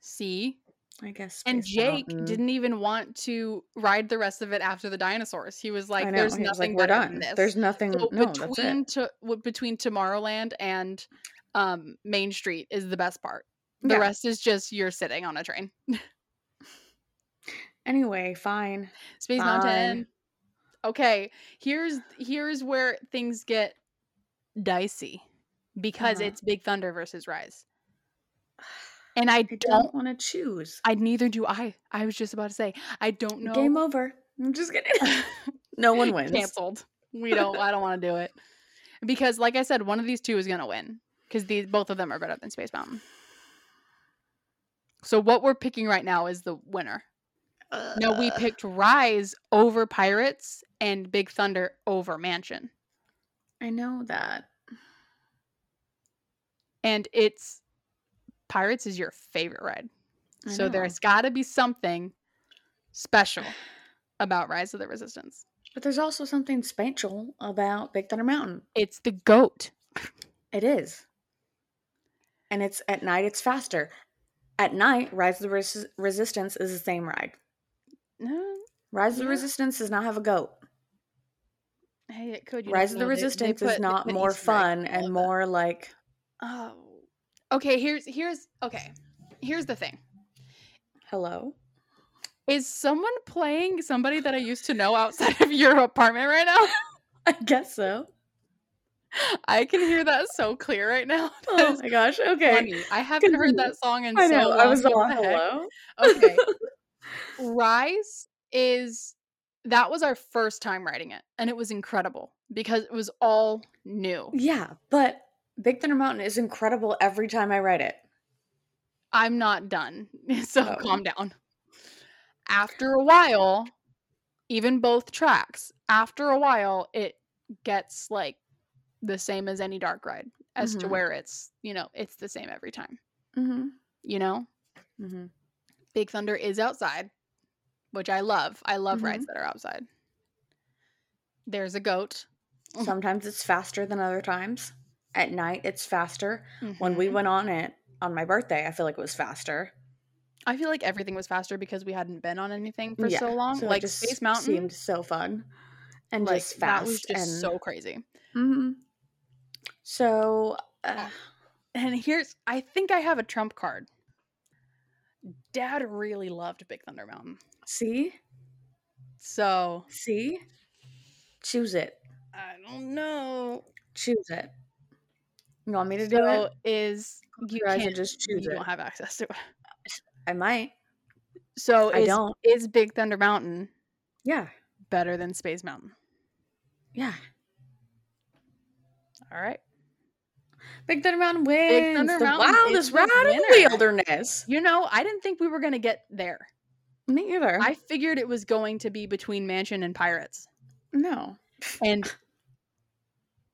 [SPEAKER 2] See,
[SPEAKER 1] I guess.
[SPEAKER 2] and
[SPEAKER 1] Space
[SPEAKER 2] Jake
[SPEAKER 1] Mountain-
[SPEAKER 2] didn't even want to ride the rest of it after the dinosaurs. He was like,
[SPEAKER 1] I know.
[SPEAKER 2] "There's
[SPEAKER 1] he was like,
[SPEAKER 2] nothing
[SPEAKER 1] we're
[SPEAKER 2] better than
[SPEAKER 1] done.
[SPEAKER 2] this."
[SPEAKER 1] There's nothing.
[SPEAKER 2] So
[SPEAKER 1] no, that's
[SPEAKER 2] between
[SPEAKER 1] it.
[SPEAKER 2] to w- between Tomorrowland and um Main Street is the best part. The
[SPEAKER 1] Yeah.
[SPEAKER 2] rest is just you're sitting on a train.
[SPEAKER 1] Anyway, fine.
[SPEAKER 2] Space Mountain. Okay, here's here's where things get dicey because
[SPEAKER 1] Uh-huh.
[SPEAKER 2] it's Big Thunder versus Rise. And I
[SPEAKER 1] I
[SPEAKER 2] don't
[SPEAKER 1] don't want to choose.
[SPEAKER 2] I neither do I. I was just about to say I don't know.
[SPEAKER 1] Game over. I'm just kidding. no one wins.
[SPEAKER 2] Canceled. We don't. I don't want to do it because, like I said, one of these two is gonna win because these both of them are better than Space Mountain. So what we're picking right now is the winner. No, we
[SPEAKER 1] Ugh.
[SPEAKER 2] picked Rise over Pirates and Big Thunder over Mansion,
[SPEAKER 1] I know that.
[SPEAKER 2] and it's Pirates is your favorite ride.
[SPEAKER 1] I
[SPEAKER 2] So
[SPEAKER 1] know.
[SPEAKER 2] there's got to be something special about Rise of the Resistance.
[SPEAKER 1] But there's also something spatial about Big Thunder Mountain.
[SPEAKER 2] It's the goat.
[SPEAKER 1] It is. And it's at night, it's faster. At night, Rise of the Res- Resistance is the same ride.
[SPEAKER 2] No,
[SPEAKER 1] Rise of the
[SPEAKER 2] Yeah.
[SPEAKER 1] Resistance does not have a goat.
[SPEAKER 2] Hey, it could. you
[SPEAKER 1] Rise of the
[SPEAKER 2] never know. They- they
[SPEAKER 1] Resistance
[SPEAKER 2] put-
[SPEAKER 1] is
[SPEAKER 2] they
[SPEAKER 1] not
[SPEAKER 2] put an
[SPEAKER 1] more
[SPEAKER 2] Easter egg
[SPEAKER 1] fun
[SPEAKER 2] in all
[SPEAKER 1] and
[SPEAKER 2] of that.
[SPEAKER 1] more like
[SPEAKER 2] Oh, okay. Here's here's okay. Here's the thing:
[SPEAKER 1] hello.
[SPEAKER 2] is someone playing somebody that I used to know outside of your apartment right now?
[SPEAKER 1] I guess so.
[SPEAKER 2] I can hear that so clear right now. That
[SPEAKER 1] Oh
[SPEAKER 2] is
[SPEAKER 1] my gosh. Okay.
[SPEAKER 2] funny. I haven't heard
[SPEAKER 1] Continue.
[SPEAKER 2] that song in
[SPEAKER 1] I
[SPEAKER 2] so
[SPEAKER 1] know.
[SPEAKER 2] long.
[SPEAKER 1] I was
[SPEAKER 2] What
[SPEAKER 1] all
[SPEAKER 2] the heck?
[SPEAKER 1] hello.
[SPEAKER 2] Okay. Rise is that was our first time writing it, and it was incredible because it was all new.
[SPEAKER 1] Yeah, but Big Thunder Mountain is incredible every time I write it.
[SPEAKER 2] I'm not done. So
[SPEAKER 1] Oh.
[SPEAKER 2] calm down. After a while, even both tracks, after a while, it gets like the same as any dark ride, as to
[SPEAKER 1] Mhm.
[SPEAKER 2] where it's, you know, it's the same every time.
[SPEAKER 1] Mm-hmm.
[SPEAKER 2] You know,
[SPEAKER 1] Mm-hmm.
[SPEAKER 2] Big Thunder is outside, which I love. I love rides
[SPEAKER 1] Mm-hmm.
[SPEAKER 2] that are outside. There's a goat. Mhm.
[SPEAKER 1] Sometimes it's faster than other times. At night, it's faster. When we
[SPEAKER 2] Mhm.
[SPEAKER 1] went on it on my birthday, I feel like it was faster.
[SPEAKER 2] I feel like everything was faster because we hadn't been on anything for
[SPEAKER 1] Yeah,
[SPEAKER 2] so long.
[SPEAKER 1] so it
[SPEAKER 2] like
[SPEAKER 1] just
[SPEAKER 2] Space Mountain
[SPEAKER 1] seemed so fun and
[SPEAKER 2] like,
[SPEAKER 1] just fast.
[SPEAKER 2] that was just
[SPEAKER 1] and,
[SPEAKER 2] so crazy.
[SPEAKER 1] Mhm. So, uh,
[SPEAKER 2] And here's I think I have a trump card. Dad really loved Big Thunder Mountain.
[SPEAKER 1] see,
[SPEAKER 2] So,
[SPEAKER 1] see, choose it,
[SPEAKER 2] I don't know.
[SPEAKER 1] choose it. You want me to do
[SPEAKER 2] So
[SPEAKER 1] it?
[SPEAKER 2] is
[SPEAKER 1] Close
[SPEAKER 2] you
[SPEAKER 1] your eyes and
[SPEAKER 2] can't
[SPEAKER 1] just choose
[SPEAKER 2] you
[SPEAKER 1] it.
[SPEAKER 2] don't have access to it.
[SPEAKER 1] I might.
[SPEAKER 2] So
[SPEAKER 1] I
[SPEAKER 2] is
[SPEAKER 1] don't.
[SPEAKER 2] is Big Thunder Mountain
[SPEAKER 1] Yeah,
[SPEAKER 2] better than Space Mountain?
[SPEAKER 1] yeah.
[SPEAKER 2] All right.
[SPEAKER 1] Big Thunder Mountain wins.
[SPEAKER 2] Big Thunder
[SPEAKER 1] the
[SPEAKER 2] Mountain
[SPEAKER 1] wildest
[SPEAKER 2] is the
[SPEAKER 1] ride in
[SPEAKER 2] winner.
[SPEAKER 1] wilderness.
[SPEAKER 2] You know, I didn't think we were going to get there.
[SPEAKER 1] Me either.
[SPEAKER 2] I figured it was going to be between Mansion and Pirates.
[SPEAKER 1] no.
[SPEAKER 2] And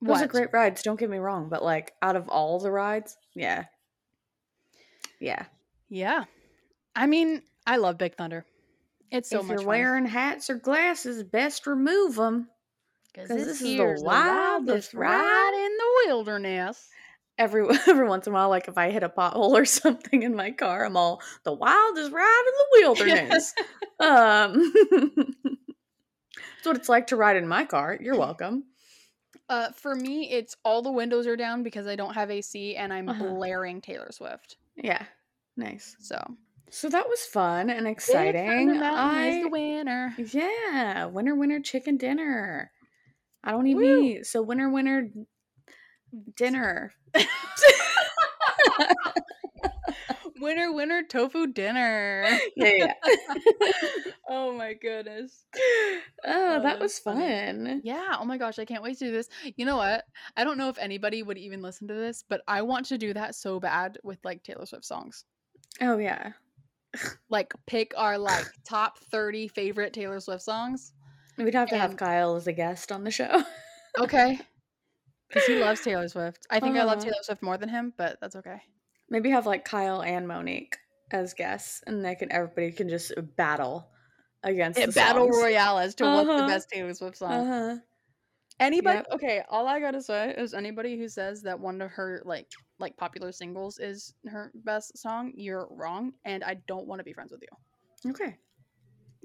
[SPEAKER 1] Those are
[SPEAKER 2] what?
[SPEAKER 1] great rides. Don't get me wrong, but like out of all the rides, yeah, yeah.
[SPEAKER 2] Yeah. I mean, I love Big Thunder. It's so
[SPEAKER 1] if
[SPEAKER 2] much
[SPEAKER 1] you're
[SPEAKER 2] fun.
[SPEAKER 1] wearing hats or glasses, best remove them.
[SPEAKER 2] Because
[SPEAKER 1] 'Cause
[SPEAKER 2] this,
[SPEAKER 1] this is the
[SPEAKER 2] here's the wildest
[SPEAKER 1] wildest
[SPEAKER 2] ride
[SPEAKER 1] ride
[SPEAKER 2] in the wilderness.
[SPEAKER 1] Every every once in a while, like if I hit a pothole or something in my car, I'm all the wildest ride in the wilderness. um, it's what it's like to ride in my car. You're welcome.
[SPEAKER 2] Uh, for me, it's all the windows are down because I don't have AC and I'm
[SPEAKER 1] Uh-huh.
[SPEAKER 2] blaring Taylor Swift.
[SPEAKER 1] Yeah, nice.
[SPEAKER 2] So
[SPEAKER 1] So that was fun and
[SPEAKER 2] Big Thunder
[SPEAKER 1] exciting.
[SPEAKER 2] Mountain is
[SPEAKER 1] I
[SPEAKER 2] the winner.
[SPEAKER 1] Yeah, winner winner chicken dinner. I don't even
[SPEAKER 2] Woo.
[SPEAKER 1] eat. So winner winner d- dinner.
[SPEAKER 2] Winner, winner, tofu dinner.
[SPEAKER 1] Yeah, yeah.
[SPEAKER 2] oh my goodness.
[SPEAKER 1] oh, that
[SPEAKER 2] that's
[SPEAKER 1] was
[SPEAKER 2] funny.
[SPEAKER 1] fun.
[SPEAKER 2] Yeah. Oh my gosh. I can't wait to do this. You know what? I don't know if anybody would even listen to this, but I want to do that so bad with like Taylor Swift songs.
[SPEAKER 1] Oh yeah.
[SPEAKER 2] Like pick our like top 30 favorite Taylor Swift songs.
[SPEAKER 1] We'd have to have
[SPEAKER 2] And-
[SPEAKER 1] Kyle as a guest on the show.
[SPEAKER 2] Okay. Because he loves Taylor Swift. I think I love
[SPEAKER 1] Uh-huh.
[SPEAKER 2] Taylor Swift more than him, but that's okay.
[SPEAKER 1] Maybe have like Kyle and Monique as guests, and they can everybody can just battle against the
[SPEAKER 2] battle
[SPEAKER 1] songs.
[SPEAKER 2] royale as to what's the
[SPEAKER 1] Uh-huh.
[SPEAKER 2] best Taylor Swift song.
[SPEAKER 1] Uh-huh.
[SPEAKER 2] Anybody?
[SPEAKER 1] Yep.
[SPEAKER 2] Okay, all I gotta say is anybody who says that one of her like like popular singles is her best song, you're wrong, and I don't want to be friends with you
[SPEAKER 1] Okay.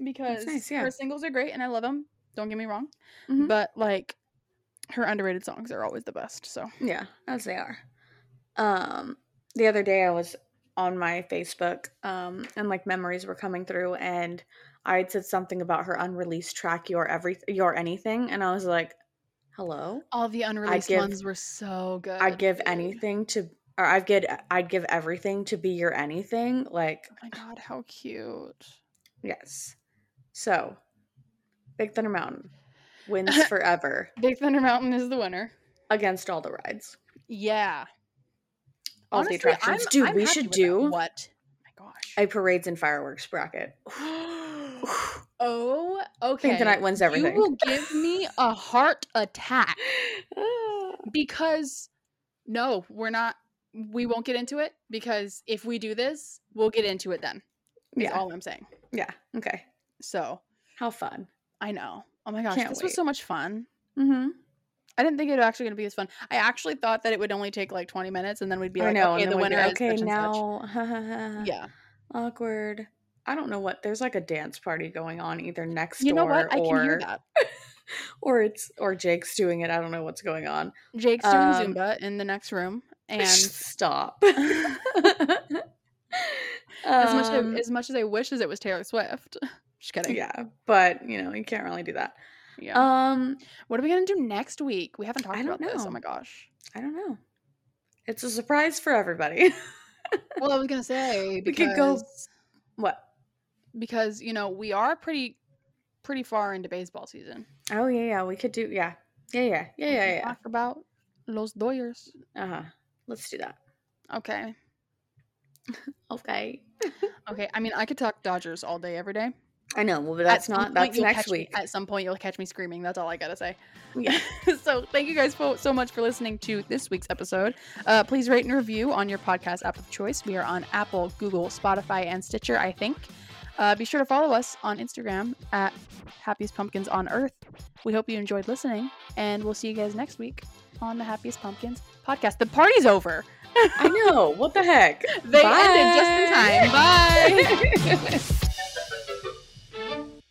[SPEAKER 2] because
[SPEAKER 1] nice, yeah.
[SPEAKER 2] her singles are great and I love them. Don't get me wrong,
[SPEAKER 1] Mhm.
[SPEAKER 2] but like her underrated songs are always the best. So
[SPEAKER 1] Yeah, as they are. Um, the other day I was on my Facebook, um, and like memories were coming through, and I had said something about her unreleased track "Your Every Your Anything," and I was like, "Hello."
[SPEAKER 2] All the unreleased
[SPEAKER 1] give-
[SPEAKER 2] ones were so good.
[SPEAKER 1] I'd give
[SPEAKER 2] dude.
[SPEAKER 1] anything to, or I'd give, I'd give everything to be your anything. Like,
[SPEAKER 2] Oh my god, how cute.
[SPEAKER 1] yes. So, Big Thunder Mountain wins forever
[SPEAKER 2] Big Thunder Mountain is the winner.
[SPEAKER 1] against all the rides,
[SPEAKER 2] Yeah.
[SPEAKER 1] all
[SPEAKER 2] Honestly,
[SPEAKER 1] the attractions.
[SPEAKER 2] I'm-
[SPEAKER 1] Dude,
[SPEAKER 2] I'm
[SPEAKER 1] we
[SPEAKER 2] happy
[SPEAKER 1] should
[SPEAKER 2] with that.
[SPEAKER 1] do
[SPEAKER 2] what? Oh my gosh.
[SPEAKER 1] a parades and fireworks bracket.
[SPEAKER 2] oh, okay.
[SPEAKER 1] Pink the Night wins everything.
[SPEAKER 2] You will give me a heart attack because no, we're not. We won't get into it because if we do this, we'll get into it then. Is
[SPEAKER 1] yeah.
[SPEAKER 2] all I'm saying.
[SPEAKER 1] Yeah. Okay.
[SPEAKER 2] So
[SPEAKER 1] How fun.
[SPEAKER 2] I know. Oh my gosh,
[SPEAKER 1] Can't
[SPEAKER 2] this
[SPEAKER 1] wait.
[SPEAKER 2] was so much fun.
[SPEAKER 1] Mm-hmm.
[SPEAKER 2] I didn't think it was actually going to be this fun. I actually thought that it would only take like 20 minutes, and then we'd be
[SPEAKER 1] I
[SPEAKER 2] like,
[SPEAKER 1] know.
[SPEAKER 2] okay,
[SPEAKER 1] and
[SPEAKER 2] the
[SPEAKER 1] then we'd be,
[SPEAKER 2] winner is
[SPEAKER 1] okay,
[SPEAKER 2] such and such."
[SPEAKER 1] now. ha, ha, ha, ha.
[SPEAKER 2] Yeah,
[SPEAKER 1] Awkward. I don't know what. There's like a dance party going on either next
[SPEAKER 2] you
[SPEAKER 1] door
[SPEAKER 2] know what? I
[SPEAKER 1] or
[SPEAKER 2] can hear that.
[SPEAKER 1] or it's or Jake's doing it. I don't know what's going on.
[SPEAKER 2] Jake's doing
[SPEAKER 1] Um,
[SPEAKER 2] Zumba in the next room, and
[SPEAKER 1] stop.
[SPEAKER 2] as much as,
[SPEAKER 1] Um,
[SPEAKER 2] as much as I wish as it was Taylor Swift. Just kidding. Yeah.
[SPEAKER 1] yeah, but you know you can't really do that. Um,
[SPEAKER 2] what are we gonna do next week? We haven't talked
[SPEAKER 1] I
[SPEAKER 2] about
[SPEAKER 1] don't
[SPEAKER 2] this. Oh
[SPEAKER 1] know.
[SPEAKER 2] my gosh.
[SPEAKER 1] I don't know. It's a surprise for everybody.
[SPEAKER 2] Well, I was gonna say
[SPEAKER 1] We
[SPEAKER 2] because
[SPEAKER 1] could go- what?
[SPEAKER 2] because you know we are pretty pretty far into baseball season.
[SPEAKER 1] Oh yeah, yeah. We could do yeah, yeah, yeah, yeah,
[SPEAKER 2] We
[SPEAKER 1] yeah,
[SPEAKER 2] can
[SPEAKER 1] yeah.
[SPEAKER 2] Talk about Los Doyers.
[SPEAKER 1] Uh huh. Let's do that.
[SPEAKER 2] Okay.
[SPEAKER 1] Okay.
[SPEAKER 2] Okay. I mean, I could talk Dodgers all day every day.
[SPEAKER 1] I know. Well, but
[SPEAKER 2] At
[SPEAKER 1] that's
[SPEAKER 2] some
[SPEAKER 1] not.
[SPEAKER 2] point,
[SPEAKER 1] That's
[SPEAKER 2] you'll
[SPEAKER 1] next
[SPEAKER 2] catch me-
[SPEAKER 1] week.
[SPEAKER 2] at some point, you'll catch me screaming. That's all I gotta say.
[SPEAKER 1] yeah.
[SPEAKER 2] so thank you guys fo- so much for listening to this week's episode uh, please rate and review on your podcast app of choice we are on apple google spotify and stitcher i think uh, be sure to follow us on instagram at happiest pumpkins on earth we hope you enjoyed listening and we'll see you guys next week on the happiest pumpkins podcast the party's over
[SPEAKER 1] I know. What the heck?
[SPEAKER 2] they ended just in time bye